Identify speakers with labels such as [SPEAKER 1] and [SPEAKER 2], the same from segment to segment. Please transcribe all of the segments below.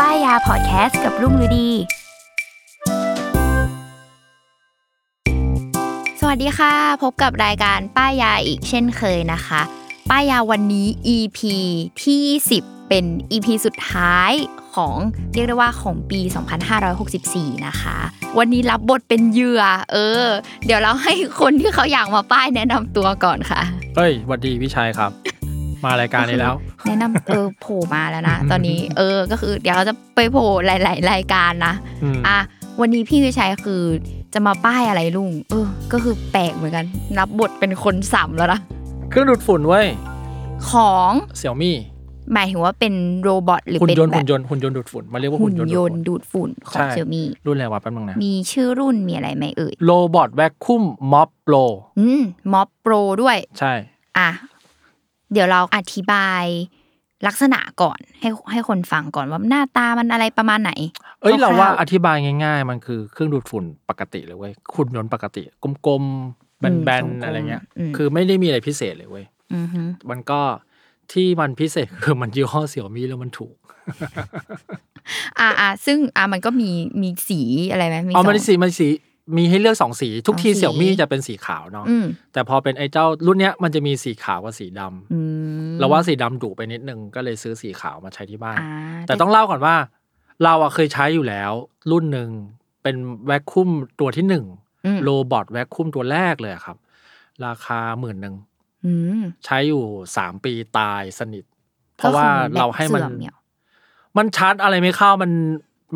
[SPEAKER 1] ป้ายยาพอดแคสต์กับรุ่งฤดี สวัสดีค่ะ พบกับรายการป้ายยาอีกเช่นเคยนะคะ ป้ายยาวันนี้ EP ที่ 10 เป็น EP สุดท้ายของเรียกได้ว่าของปี 2564 นะคะ วันนี้รับบทเป็นเหยื่อ เออ เดี๋ยวเราให้คนที่เขาอยากมาป้ายแนะนำตัวก่อนค่ะ
[SPEAKER 2] เอ้ยหวัดดีพี่ชัยครับ มารายการนี้แล้ว
[SPEAKER 1] แนะนำเออโผล่มาแล้วนะ ตอนนี้เออก็คือเดี๋ยวเราจะไปโผล่หลาย ๆ รายการนะ
[SPEAKER 2] อืม
[SPEAKER 1] อ่ะวันนี้พี่วิชัยคือจะมาป้ายอะไรลุง เออ ก็คือแปลกเหมือนกัน รับบทเป็นคนสามแล้วนะ
[SPEAKER 2] เครื่องดูดฝุ่นเว้ย
[SPEAKER 1] ของ
[SPEAKER 2] เสี่ยมี่
[SPEAKER 1] หมายถึงว่าเป็นโรบอทหรือ
[SPEAKER 2] หุ่น
[SPEAKER 1] เป็น
[SPEAKER 2] ยนต์
[SPEAKER 1] แบ
[SPEAKER 2] หุ่
[SPEAKER 1] บ
[SPEAKER 2] นยนต์หุ่นยนต์ดูดฝุ่นมาเรียกว่า
[SPEAKER 1] หุ่
[SPEAKER 2] หุ่
[SPEAKER 1] น
[SPEAKER 2] นยนต์
[SPEAKER 1] ย
[SPEAKER 2] ดูด
[SPEAKER 1] น
[SPEAKER 2] ฝุ่น
[SPEAKER 1] ต์ดูดฝุ่นของ
[SPEAKER 2] ใช่
[SPEAKER 1] เชอมี่
[SPEAKER 2] รุ่นอะไรวะแป๊บนึงนะ
[SPEAKER 1] มีชื่อรุ่นมีอะไรไหมเอ่ย
[SPEAKER 2] โรบอทแวคคุมม็อบโปร
[SPEAKER 1] อืมม็อบโปรด้วย
[SPEAKER 2] ใช่
[SPEAKER 1] อ่ะเดี๋ยวเราอธิบายลักษณะก่อนให้ให้คนฟังก่อนว่าหน้าตามันอะไรประมาณไหน
[SPEAKER 2] เอ้
[SPEAKER 1] ค
[SPEAKER 2] ย
[SPEAKER 1] ร่า
[SPEAKER 2] เรา
[SPEAKER 1] วๆ
[SPEAKER 2] ว่าอธิบายง่าย ๆ มันคือเครื่องดูดฝุ่นปกติเลยเว้ยหุ่นยนต์ปกติกลมๆแบน
[SPEAKER 1] อืม
[SPEAKER 2] ๆอะไรเงี้ย
[SPEAKER 1] อืม
[SPEAKER 2] คือไม่ได้มีอะไรพิเศษเลยเว้ย
[SPEAKER 1] อือฮึ
[SPEAKER 2] มันก็ที่มันพิเศษ คือมันยี่ห้อเสี่ยมี่แล้วมันถูก
[SPEAKER 1] อ่าอ่าซึ่งอ่ามันก็มีมีสีอะไรไหมมี
[SPEAKER 2] อ๋อมัน
[SPEAKER 1] สง
[SPEAKER 2] สีมันสีมีให้เลือกสองสี ทุก
[SPEAKER 1] สอง
[SPEAKER 2] ที
[SPEAKER 1] สี
[SPEAKER 2] เสี่ยมี่จะเป็นสีขาวเนาะ
[SPEAKER 1] อืม
[SPEAKER 2] แต่พอเป็นไอ้เจ้ารุ่นเนี้ยมันจะมีสีขาวกับสีดำ
[SPEAKER 1] อืม
[SPEAKER 2] เราว่าสีดำดุไปนิดนึงก็เลยซื้อสีขาวมาใช้ที่บ้าน
[SPEAKER 1] อ่า
[SPEAKER 2] แต่ต้องเล่าก่อนว่า เราอะเคยใช้อยู่แล้ว รุ่นหนึ่งเป็นแวคคุมตัวที่หนึ่ง
[SPEAKER 1] อืม
[SPEAKER 2] โรบอทแวคคุมตัวแรกเลยอะครับ ราคาหมื่นหนึ่ง
[SPEAKER 1] อืม
[SPEAKER 2] ใช้อยู่สามปีตายสนิท เพ
[SPEAKER 1] ก็คื
[SPEAKER 2] ราะ
[SPEAKER 1] อ
[SPEAKER 2] ว่า
[SPEAKER 1] แบต
[SPEAKER 2] เราให้มัน
[SPEAKER 1] เสื่อมเนี่ย
[SPEAKER 2] มันชาร์จอะไรไม่เข้ามัน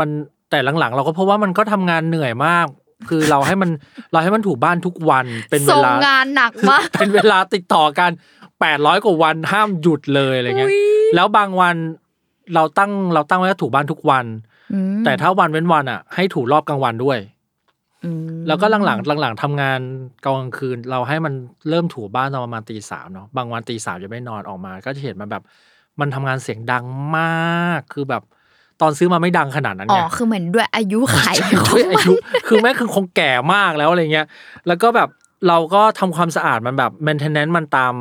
[SPEAKER 2] มันแต่หลังๆ เราก็เพราะว่ามันก็ทำงานเหนื่อยมาก คือเราให้มัน เราให้มันถูบ้านทุกวันเป็นเว
[SPEAKER 1] ส่ง
[SPEAKER 2] ลา
[SPEAKER 1] งานหนักมาก
[SPEAKER 2] เป็นเวลาติดต่อกัน 800 กว่าวันห้ามหยุดเลยอะไรเงี้ย แล้วบางวันเราตั้งเราตั้งไว้ว่าถูบ้านทุกวัน
[SPEAKER 1] อืม
[SPEAKER 2] แต่ถ้าวันเว้นวันอ่ะ ให้ถูรอบกลางวันด้วย
[SPEAKER 1] อืม
[SPEAKER 2] แล้วก็หลังๆหลังๆทำงานกลางคืน เราให้มันเริ่มถูบ้านตอนประมาณตีสามเนาะ บางวันตีสามจะไม่นอนออกมา ก็จะเห็นมันแบบ มันทำงานเสียงดังมาก คือแบบตอนซื้อมาไม่ดังขนาดนั้น
[SPEAKER 1] อ๋อ
[SPEAKER 2] ไง
[SPEAKER 1] คือเหมือนด้วยอายุไขาย
[SPEAKER 2] ด้วย อายุคือแม่คือคงแก่มากแล้วอะไรเงี้ย แล้วก็แบบเราก็ทำความสะอาดมันแบบ maintenance มันตาม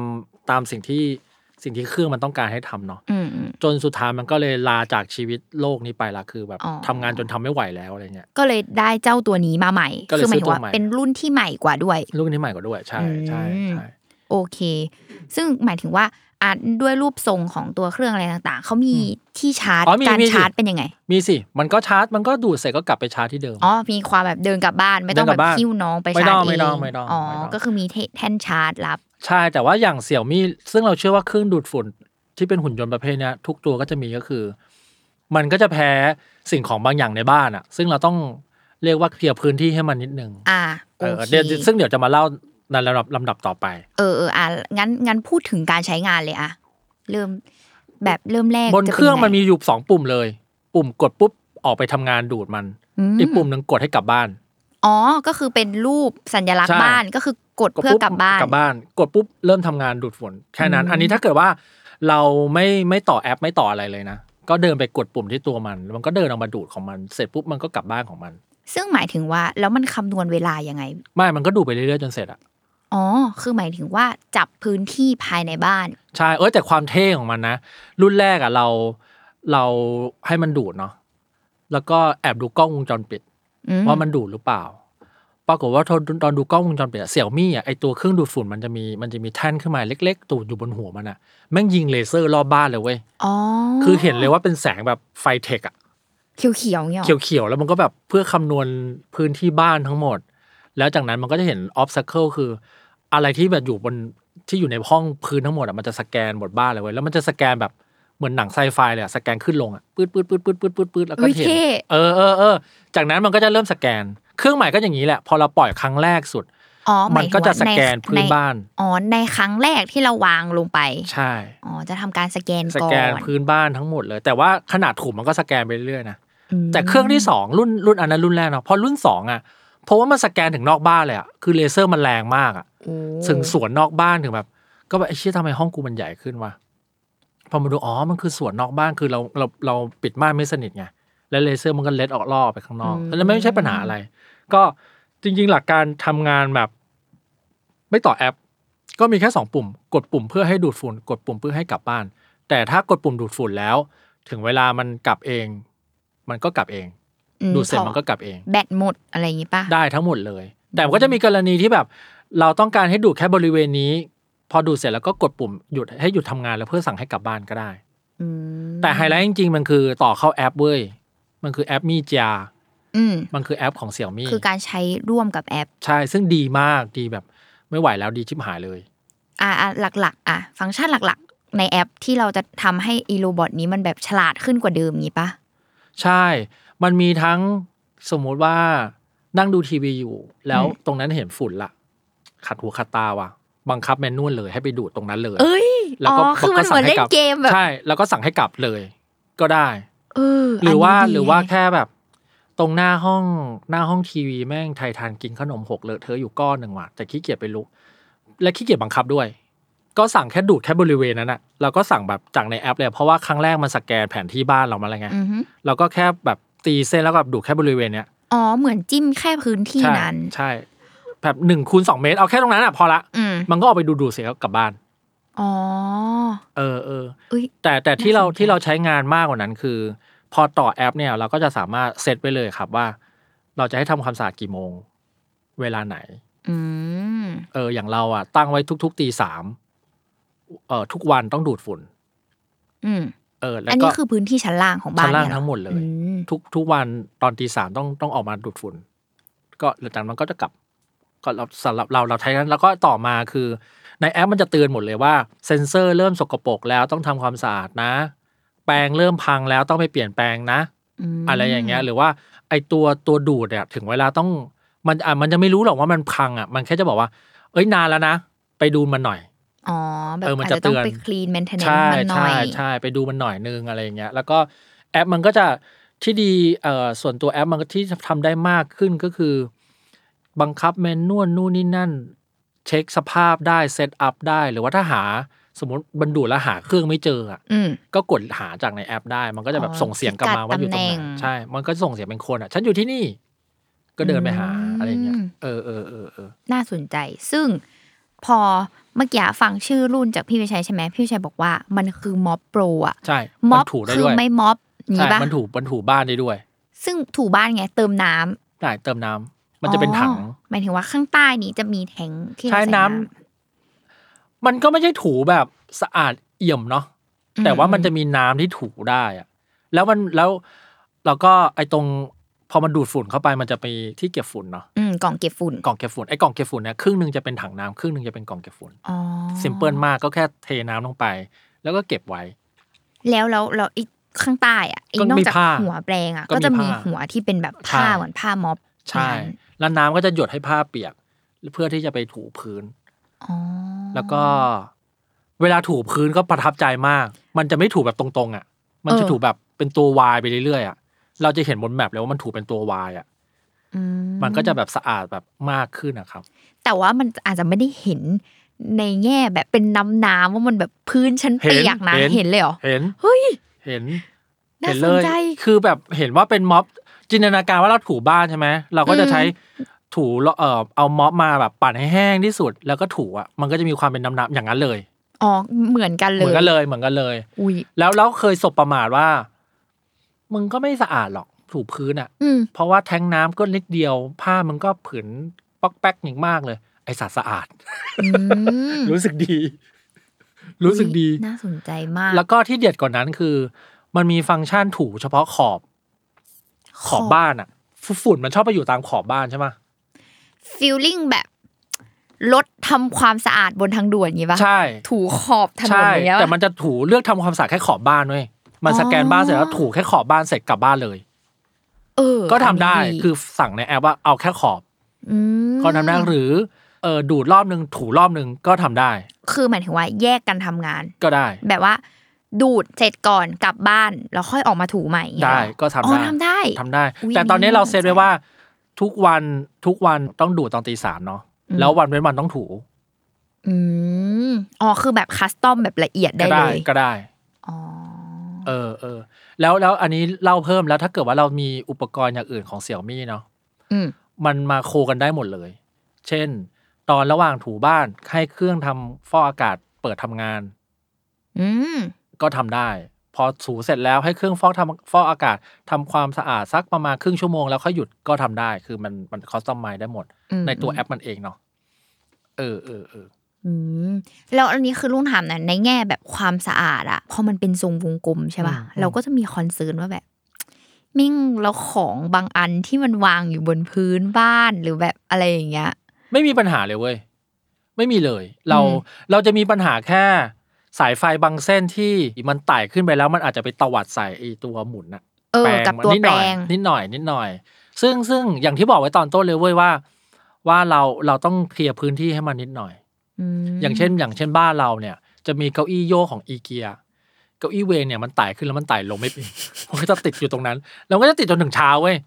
[SPEAKER 2] ตามสิ่งที่สิ่งที่เครื่องมันต้องการให้ทำเนาะ
[SPEAKER 1] อืมอืม
[SPEAKER 2] จนสุดท้ายมันก็เลยลาจากชีวิตโลกนี้ไปละคือแบบ
[SPEAKER 1] อ๋อ
[SPEAKER 2] ทำงานจนทำไม่ไหวแล้วอะไรเงี้ย
[SPEAKER 1] ก็เลยได้เจ้าตัวนี้มาใหม่
[SPEAKER 2] ก็เลย
[SPEAKER 1] คืหมายถึง
[SPEAKER 2] ซื้อตัว
[SPEAKER 1] ว่า
[SPEAKER 2] ใหม่
[SPEAKER 1] เป็นรุ่นที่ใหม่กว่าด้วย
[SPEAKER 2] ลูกนี้ใหม่กว่าด้วย ใช่ใช่
[SPEAKER 1] อืม
[SPEAKER 2] ใช่
[SPEAKER 1] โอเค ซึ่งหมายถึงว่าอ่ะด้วยรูปทรงของตัวเครื่องอะไรต่าง ๆเขามีที่ชาร์จ
[SPEAKER 2] อ๋อมี
[SPEAKER 1] การ
[SPEAKER 2] มี
[SPEAKER 1] ชาร์จเป็นยังไง
[SPEAKER 2] มีสิ มันก็ชาร์จ มันก็ดูดเสร็จก็กลับไปชาร์จที่เดิม
[SPEAKER 1] อ๋อ มีความแบบเดินกลับบ้านไม่ต้อง
[SPEAKER 2] เดินกลั
[SPEAKER 1] แบบ บ
[SPEAKER 2] บ้าน
[SPEAKER 1] หิ้วน้องไป
[SPEAKER 2] ไม่
[SPEAKER 1] ชา
[SPEAKER 2] ต้
[SPEAKER 1] ร์จ
[SPEAKER 2] อง
[SPEAKER 1] เอ
[SPEAKER 2] ไม่
[SPEAKER 1] ง
[SPEAKER 2] ต้องไม่ต้อง
[SPEAKER 1] อ๋อ
[SPEAKER 2] ไม่ต้อง
[SPEAKER 1] ก็คือมีแท่นชาร์จรับ
[SPEAKER 2] ใช่ แต่ว่าอย่างเสี่ยมี่ซึ่งเราเชื่อว่าเครื่องดูดฝุ่นที่เป็นหุ่นยนต์ประเภทเนี้ยทุกตัวก็จะมีก็คือ มันก็จะแพ้สิ่งของบางอย่างในบ้านอะซึ่งเราต้องเรียกว่าเคลียร์พื้นที่ให้มันนิดนึง
[SPEAKER 1] อ่าโอ
[SPEAKER 2] เออ
[SPEAKER 1] เค
[SPEAKER 2] เดี๋ยวซึ่งเดี๋ยวจะมาเล่าในระดับลำดับต่อไป
[SPEAKER 1] เออเอออ่ะงั้นงั้นพูดถึงการใช้งานเลยอ่ะ เริ่มแบบเริ่มแรก
[SPEAKER 2] บน
[SPEAKER 1] จะป็
[SPEAKER 2] เครื่อง
[SPEAKER 1] ยัไ
[SPEAKER 2] มันมีอยู่สองปุ่มเลย ปุ่มกดปุ๊บออกไปทำงานดูดมัน
[SPEAKER 1] ม
[SPEAKER 2] อีกปุ่มหนึ่งกดให้กลับบ้าน
[SPEAKER 1] อ๋อ ก็คือเป็นรูปสัญลักษ
[SPEAKER 2] ใช่
[SPEAKER 1] ณ์บ้านก็คือกดเพื่อกลับบ้าน
[SPEAKER 2] กลับบ้าน กดปุ๊บเริ่มทำงานดูดฝุ่นแค่นั้น
[SPEAKER 1] อืม
[SPEAKER 2] อันนี้ถ้าเกิดว่าเราไม่ไม่ต่อแอปไม่ต่ออะไรเลยนะ ก็เดินไปกดปุ่มที่ตัวมันแล้วมันก็เดินออกมาดูดของมัน เสร็จปุ๊บมันก็กลับบ้านของมัน
[SPEAKER 1] ซึ่งหมายถึงว่าแล้วมันคำนวณเวลายังไง
[SPEAKER 2] ไม่ มันก็ดูดไปเรื่อยๆจนเสร็จอะ
[SPEAKER 1] อ๋อ คือหมายถึงว่าจับพื้นที่ภายในบ้าน
[SPEAKER 2] ใช่ เอ้ยแต่ความเท่ของมันนะ รุ่นแรกอะเราเราให้มันดูดเนาะ แล้วก็แอบดูกล้องวงจรปิด
[SPEAKER 1] อืม
[SPEAKER 2] ว่ามันดูดหรือเปล่า ปรากฏว่าตอนตอนดูกล้องวงจรปิดเสี่ยวมี่อะไอตัวเครื่องดูดฝุ่นมันจะมีมันจะมีแท่นขึ้นมาเล็ก ๆ ตูดอยู่บนหัวมันอะแม่งยิงเลเซอร์รอบบ้านเลยเว้ย
[SPEAKER 1] อ๋อ
[SPEAKER 2] คือเห็นเลยว่าเป็นแสงแบบไฟเทคอะ
[SPEAKER 1] เขียวเขียวๆเนี่ยหรอ
[SPEAKER 2] เขียวๆ แล้วมันก็แบบเพื่อคำนวณพื้นที่บ้านทั้งหมด แล้วจากนั้นมันก็จะเห็นออฟ c ั c เ e คือ อะไรที่แบบอยู่บนที่อยู่ในห้องพื้นทั้งหมดอ่ะมันจะสแกนหมดบ้านเลยเว้ยแล้วมันจะสแกนแบบเหมือนหนังไซไฟเลยอ่ะสแกนขึ้นลงอ่ะปื๊ดปื๊ดปื๊ดปื๊ดปื๊ดปื๊ดปื๊ดแล้วก็
[SPEAKER 1] อุ๊ย
[SPEAKER 2] เห็น
[SPEAKER 1] เท่
[SPEAKER 2] เออเออเออจากนั้นมันก็จะเริ่มสแกน เครื่องหมายก็อย่างนี้แหละ พอเราปล่อยครั้งแรกสุด
[SPEAKER 1] อ๋อ
[SPEAKER 2] มันก็จะสแกน
[SPEAKER 1] หมยถึง
[SPEAKER 2] พื้น
[SPEAKER 1] ว่าใ
[SPEAKER 2] บ้าน
[SPEAKER 1] อ๋อในครั้งแรกที่เราวางลงไป
[SPEAKER 2] ใช่
[SPEAKER 1] อ๋อจะทำการสแกน
[SPEAKER 2] ส
[SPEAKER 1] ก่อน
[SPEAKER 2] แกนพื้นบ้านทั้งหมดเลย แต่ว่าขนาดถุงมันก็สแกนไปเรื่อยๆนะ
[SPEAKER 1] อืม
[SPEAKER 2] แต่เครื่องที่สองรุ่นรุ่นอันนั้นรุ่นแรกเนาะพอรุ่นสองอ่ะเพราะว่ามันสแกนถึงนอกบ้านเลยอ่ะคือเลเซอร์มันแรงมากอ่ะ
[SPEAKER 1] โอ้
[SPEAKER 2] ถึงสวนนอกบ้านถึงแบบ ก็แบบไอ้เชี่ยทำไมห้องกูมันใหญ่ขึ้นวะพอมาดูอ๋อมันคือสวนนอกบ้านคือเราเราเราปิดม่านไม่สนิทไงแล้วเลเซอร์มันก็เล็ดออกล่อไปข้างนอกแล้วไม่ใช่ปัญหาอะไร ก็จริง ๆ หลักการทำงานแบบ ไม่ต่อแอป ก็มีแค่สองปุ่ม กดปุ่มเพื่อให้ดูดฝุ่น กดปุ่มเพื่อให้กลับบ้าน แต่ถ้ากดปุ่มดูดฝุ่นแล้ว ถึงเวลามันกลับเอง มันก็กลับเอง
[SPEAKER 1] อื
[SPEAKER 2] ดูดเสร็จ
[SPEAKER 1] พอ
[SPEAKER 2] มันก็กลับเอง
[SPEAKER 1] แบตหมดอะไรอย่างงี้ป่ะ
[SPEAKER 2] ได้ทั้งหมดเลย แต่มันก็จะมีกรณีที่แบบ เราต้องการให้ดูดแค่บริเวณนี้ พอดูดเสร็จแล้วก็กดปุ่มหยุดให้หยุดทำงานแล้วเพื่อสั่งให้กลับบ้านก็ได้
[SPEAKER 1] อืม
[SPEAKER 2] แต่ไฮไลท์จริงๆมันคือต่อเข้าแอปเว้ยมันคือแอปมีจา
[SPEAKER 1] อืม
[SPEAKER 2] มันคือแอปของเสี่ยมี่
[SPEAKER 1] คือการใช้ร่วมกับแอป
[SPEAKER 2] ใช่ซึ่งดีมากดีแบบไม่ไหวแล้วดีชิบหายเลย
[SPEAKER 1] อ่าหลักๆ อ่ะ ฟังก์ชันหลักๆ ในแอปที่เราจะทำให้อีโรบอทนี้มันแบบฉลาดขึ้นกว่าเดิมงี้ปะ
[SPEAKER 2] ใช่ มันมีทั้งสมมุติว่านั่งดูทีวีอยู่ แล้วตรงนั้นเห็นฝุ่นละขัดหูขัดตาว่ะ บังคับแมนนวลเลยให้ไปดูดตรงนั้นเลย
[SPEAKER 1] เอ้ย
[SPEAKER 2] แล้ว
[SPEAKER 1] อ๋อ
[SPEAKER 2] ก็
[SPEAKER 1] คือมันเหมือนเล่นเกมแบบ
[SPEAKER 2] ใช่ แล้วก็สั่งให้กลับเลย ก็ได้
[SPEAKER 1] เออ
[SPEAKER 2] หรือว่า
[SPEAKER 1] อันนี้ดี
[SPEAKER 2] หรือว่า
[SPEAKER 1] แฮะ
[SPEAKER 2] แค่แบบ ตรงหน้าห้องหน้าห้องทีวีแม่งไทยทานกินขนมหกเลอะเทอะอยู่ก้อนหนึ่งว่ะแต่ขี้เกียจไปลุกและขี้เกียจบังคับด้วย ก็สั่งแค่ดูดแค่บริเวณนั้นอะเราก็สั่งแบบจากในแอปเลยเพราะว่าครั้งแรกมันสแกนแผนที่บ้านเรามาแล้วไง
[SPEAKER 1] อือฮึ
[SPEAKER 2] เราก็แค่แบบตีเส้นแล้วก็แบบดูดแค่บริเวณเนี้ย
[SPEAKER 1] อ๋อเหมือนจิ้มแค่พื้นที่
[SPEAKER 2] ใช่
[SPEAKER 1] นั้น
[SPEAKER 2] ใช่แบบหนึ่งคูณสองเมตรเอาแค่ตรงนั้นอ่ะพอละ
[SPEAKER 1] อืม
[SPEAKER 2] มันก็ออกไปดูดูดเสร็จแล้วกลับบ้าน
[SPEAKER 1] อ๋อ
[SPEAKER 2] เออเออ
[SPEAKER 1] เอ้ย
[SPEAKER 2] แต่แต่ที่เรา
[SPEAKER 1] น่าสนใจ
[SPEAKER 2] ที่เราใช้งานมากกว่านั้นคือ พอต่อแอปเนี่ยเราก็จะสามารถเซตไปเลยครับว่า เราจะให้ทำความสะอาดกี่โมง เวลาไหน
[SPEAKER 1] อืม
[SPEAKER 2] เอออย่างเราอ่ะตั้งไว้ทุก ๆ ตีสามเออทุกวันต้องดูดฝุ่น
[SPEAKER 1] อืม
[SPEAKER 2] เออแล้ว
[SPEAKER 1] อัน
[SPEAKER 2] ก็
[SPEAKER 1] นี้คือพื้นที่ชั้นล่างของบ้าน
[SPEAKER 2] ชั้นล่าง
[SPEAKER 1] เนี่ยเรอ
[SPEAKER 2] ทั้งหมดเลย
[SPEAKER 1] อืม
[SPEAKER 2] ทุกทุกวันตอนตีสามต้องต้องออกมาดูดฝุ่น ก็หลังจากนั้นมันก็จะกลับ ก็เราสำหรับเราเราใช้นั้นแล้วก็ต่อมาคือ ในแอปมันจะเตือนหมดเลยว่า เซ็นเซอร์เริ่มสกปรกแล้วต้องทำความสะอาดนะ แปรงเริ่มพังแล้วต้องไปเปลี่ยนแปลงนะ
[SPEAKER 1] ม
[SPEAKER 2] อะไรอย่างเงี้ยหรือว่าไอตัวตัวดูดเนี่ยถึงเวลาต้องมันอ่ะมันจะไม่รู้หรอกว่ามันพังอ่ะมันแค่จะบอกว่า เอ้ยนานแล้วนะ ไปดูมันหน่อย
[SPEAKER 1] อ๋อแบบ
[SPEAKER 2] เออมัน
[SPEAKER 1] อาจ
[SPEAKER 2] จะ
[SPEAKER 1] จะต้อง
[SPEAKER 2] เตือน
[SPEAKER 1] ไปคลีนแมนเทนแนน
[SPEAKER 2] ใช่
[SPEAKER 1] ซ์มันหน่อ
[SPEAKER 2] ใช่
[SPEAKER 1] ย
[SPEAKER 2] ใช่ไปดูมันหน่อยนึงอะไรอย่างเงี้ยแล้วก็แอปมันก็จะที่ดีเอ่อส่วนตัวแอปมันก็ที่ทำได้มากขึ้นก็คือ บังคับเมนนวลนู่นนี่นั่น เช็คสภาพได้เซตอัพได้หรือว่าถ้าหาสมมติบรรดุแล้วหาเครื่องไม่เจออะ
[SPEAKER 1] อืม
[SPEAKER 2] ก็กดหาจากในแอปได้ มันก็จะแบบ
[SPEAKER 1] อ๋อ
[SPEAKER 2] ส่งเสียงกลับมาว่าอยู่ตรงไห
[SPEAKER 1] พิกัดตำแหน่
[SPEAKER 2] น
[SPEAKER 1] ง
[SPEAKER 2] ใช่ มันก็ส่งเสียงเป็นคนอ่ะ ฉันอยู่ที่นี่ ก็เดินไปหา
[SPEAKER 1] อืม
[SPEAKER 2] อะไรอย่างเงี้ยเออเออเออเออ
[SPEAKER 1] น่าสนใจ ซึ่งพอเมื่อกี้ฟังชื่อรุ่นจากพี่วิชัยใช่ไหมพี่วิชัยบอกว่ามันคือม็อบโปรอะ
[SPEAKER 2] ใช่
[SPEAKER 1] ม็
[SPEAKER 2] มั
[SPEAKER 1] อน บ
[SPEAKER 2] ถูได้
[SPEAKER 1] คื
[SPEAKER 2] ด้วย
[SPEAKER 1] ไม่ม็อบ
[SPEAKER 2] ใช่
[SPEAKER 1] นี่ปะ
[SPEAKER 2] มันถูมันถูบ้านได้ด้วย
[SPEAKER 1] ซึ่งถูบ้านไงเติมน้ำ
[SPEAKER 2] ได้เติมน้ำมั
[SPEAKER 1] มัน
[SPEAKER 2] จะเป็นถัง
[SPEAKER 1] หมายถึงว่าข้างใต้นี้จะมีแทงค์ที่เรา
[SPEAKER 2] ใช้
[SPEAKER 1] ใส่
[SPEAKER 2] น้ำ
[SPEAKER 1] น้ำ
[SPEAKER 2] มันก็ไม่ใช่ถูแบบสะอาดเอี่ยมเนาะ
[SPEAKER 1] อืม
[SPEAKER 2] แต่ว่ามันจะมีน้ำที่ถูได้อะแล้วมันแล้วแล้วก็ไอ้ตรงพอมันดูดฝุ่นเข้าไปมันจะไปที่เก็บฝุ่นเนาะ
[SPEAKER 1] อืมกล่องเก็บฝุ่น
[SPEAKER 2] กล่องเก็บฝุ่นไอ้กล่องเก็บฝุ่นเนี่ยครึ่งหนึ่งจะเป็นถังน้ำครึ่งหนึ่งจะเป็นกล่องเก็บฝุ่น
[SPEAKER 1] อ๋อ
[SPEAKER 2] ซิมเพิลมากก็แค่เทน้ำลงไป แล้วก็เก็บไว้
[SPEAKER 1] แล้วแล้วแล้วไอีข้างใต้อะไอี
[SPEAKER 2] ก็
[SPEAKER 1] นอก
[SPEAKER 2] มี
[SPEAKER 1] จาก
[SPEAKER 2] ผ้า
[SPEAKER 1] หัวแปลงอะ
[SPEAKER 2] ก็
[SPEAKER 1] ก็จะมี
[SPEAKER 2] มีผ้า
[SPEAKER 1] หัวที่เป็นแบบผ้า
[SPEAKER 2] ใช่
[SPEAKER 1] เหมือนผ้าม็อบ
[SPEAKER 2] ใช่
[SPEAKER 1] อย่างนั้น
[SPEAKER 2] แล้วน้ำก็จะหยดให้ผ้าเปียก เพื่อที่จะไปถูพื้น
[SPEAKER 1] อ๋อ
[SPEAKER 2] แล้วก็เวลาถูพื้นก็ประทับใจมาก มันจะไม่ถูแบบตรงๆ อ่ะ มันจะถูแบบเป็นตัววายไปเรื่อยๆอ่ะ เราจะเห็นบนแมปเลยว่ามันถูเป็นตัววายอ่ะ
[SPEAKER 1] อื
[SPEAKER 2] มันก็จะแบบสะอาดแบบมากขึ้นนะครับ
[SPEAKER 1] แต่ว่ามันอาจจะไม่ได้เห็นในแง่แบบเป็นน้ำน้ำๆว่ามันแบบพื้นชั้นเปียกนะ
[SPEAKER 2] เห็น
[SPEAKER 1] เห็นเลยเหรอ
[SPEAKER 2] เห็น
[SPEAKER 1] เฮ้ย
[SPEAKER 2] เห็น
[SPEAKER 1] น่า
[SPEAKER 2] เห็นเล
[SPEAKER 1] ส
[SPEAKER 2] ย
[SPEAKER 1] นใจ
[SPEAKER 2] คือแบบเห็นว่าเป็นม็อบ จินตนาการว่าเราถูบ้านใช่ไหม เราก็จะใช้ถูเอ่อเอาม็อบมาแบบปั่นให้แห้งที่สุด แล้วก็ถูอ่ะ มันก็จะมีความเป็นน้ำๆอย่างนั้นเลย
[SPEAKER 1] อ๋อเหมือนกัน
[SPEAKER 2] เห
[SPEAKER 1] เลย
[SPEAKER 2] มือนกันเลย เหมือนกันเลย
[SPEAKER 1] อุ้ย
[SPEAKER 2] แล้วแล้วเคยสบประมาทว่า มึงก็ไม่สะอาดหรอกถูพื้นอ่ะ
[SPEAKER 1] อืม
[SPEAKER 2] เพราะว่าแท้งน้ำก็นิดเดียว ผ้ามันก็ผืน ป๊อกแป๊กอย่างมากเลย ไอสัตว์สะอาด
[SPEAKER 1] อืม
[SPEAKER 2] รู้สึก ดี รู้สึกดี
[SPEAKER 1] น่าสนใจมาก
[SPEAKER 2] แล้วก็ที่เด็ดกว่านั้นคือ มันมีฟังก์ชันถูเฉพาะขอบขอบบ้านอะฝุ่นมันชอบไปอยู่ตามขอบบ้านใช่ไหม
[SPEAKER 1] ฟีลลิ่งแบบลดทำความสะอาดบนทางด่วนอย่างงี้ปะ
[SPEAKER 2] ใช่
[SPEAKER 1] ถูขอบถนน
[SPEAKER 2] ใช่
[SPEAKER 1] อย่างเงี้ยปะ
[SPEAKER 2] แต่มันจะถูเลือกทำความสะอาดแค่ขอบบ้านด้วยมันสแกนบ้านเสร็จแล้วถูแค่ขอบบ้านเสร็จกลับบ้านเลย
[SPEAKER 1] เออ
[SPEAKER 2] ก็ทำได้
[SPEAKER 1] อันนี้
[SPEAKER 2] คือสั่งในแอปว่าเอาแค่ขอบ
[SPEAKER 1] ม
[SPEAKER 2] ก็ทำได้หรือเออดูดรอบนึงถูรอบนึงก็ทำได้
[SPEAKER 1] คือหมายถึงว่าแยกกันทำงาน
[SPEAKER 2] ก็ได้
[SPEAKER 1] แบบว่า ดูดเสร็จก่อนกลับบ้านแล้วค่อยออกมาถูใหม่อย่างเงี้ย
[SPEAKER 2] ได้
[SPEAKER 1] เหรอ
[SPEAKER 2] ก็ทำ
[SPEAKER 1] อ๋อทำ
[SPEAKER 2] ได้
[SPEAKER 1] ได้
[SPEAKER 2] ทำได้
[SPEAKER 1] อุ๊ย
[SPEAKER 2] แต่ตอนนี้
[SPEAKER 1] อันนี้
[SPEAKER 2] เราเซตไว้ว่า ทุกวันทุกวันต้องดูดตอนตีสามเนาะ
[SPEAKER 1] อืม
[SPEAKER 2] แล้ววันเว้นวันต้องถู
[SPEAKER 1] อืมอ๋อคือแบบคัสตอมแบบละเอียด
[SPEAKER 2] ก็
[SPEAKER 1] ได้เลย
[SPEAKER 2] ก็ได้
[SPEAKER 1] อ๋อ
[SPEAKER 2] เออเออแล้วแล้วอันนี้เล่าเพิ่มแล้วถ้าเกิดว่าเรามีอุปกรณ์อย่างอื่นของเสี่ยมี่เนาะ
[SPEAKER 1] อืม
[SPEAKER 2] มันมาโคกันได้หมดเลย เช่น ตอนระหว่างถูบ้านให้เครื่องทำฟอกอากาศเปิดทำงาน
[SPEAKER 1] อืม
[SPEAKER 2] ก็ทำได้ พอถูเสร็จแล้วให้เครื่องฟอกทำฟอกอากาศทำความสะอาดสักประมาณครึ่งชั่วโมงแล้วค่อยหยุดก็ทำได้ คือมันมันคอสตอมไมได้หมด
[SPEAKER 1] อืม
[SPEAKER 2] ในตัวแอปมันเองเนาะเออเออเออ
[SPEAKER 1] อืมแล้วอันนี้คือลุงถามนะในแง่แบบความสะอาดอะพอมันเป็นทรงวงกลมใช่ป่ะเราก็จะมีคอนเซิร์นว่าแบบมิ่งแล้วของบางอันที่มันวางอยู่บนพื้นบ้านหรือแบบอะไรอย่างเงี้ย
[SPEAKER 2] ไม่มีปัญหาเลยเว้ย ไม่มีเลย เรา
[SPEAKER 1] อืม
[SPEAKER 2] เราจะมีปัญหาแค่สายไฟบางเส้นที่มันไต่ขึ้นไปแล้วมันอาจจะไปตวัดใส่ไอตัวหมุนอะ
[SPEAKER 1] เออ กับตัว
[SPEAKER 2] นิด
[SPEAKER 1] แปล
[SPEAKER 2] หน่อย
[SPEAKER 1] ง
[SPEAKER 2] นิดหน่อยนิดหน่อย ซึ่งซึ่งอย่างที่บอกไว้ตอนต้นเลยเว้ยว่า ว่าเราเราต้องเคลียร์พื้นที่ให้มันนิดหน่อย
[SPEAKER 1] ม
[SPEAKER 2] อย่างเช่น อย่างเช่นบ้านเราเนี่ย จะมีเก้าอี้โยกของอีเกียเก้าอี้เวงเนี่ยมันไต่ขึ้นแล้วมันไต่ลงไม่เป็น มันก็จะติดอยู่ตรงนั้นแล้วมันก็จะติดจนถึงเช้าเว้ย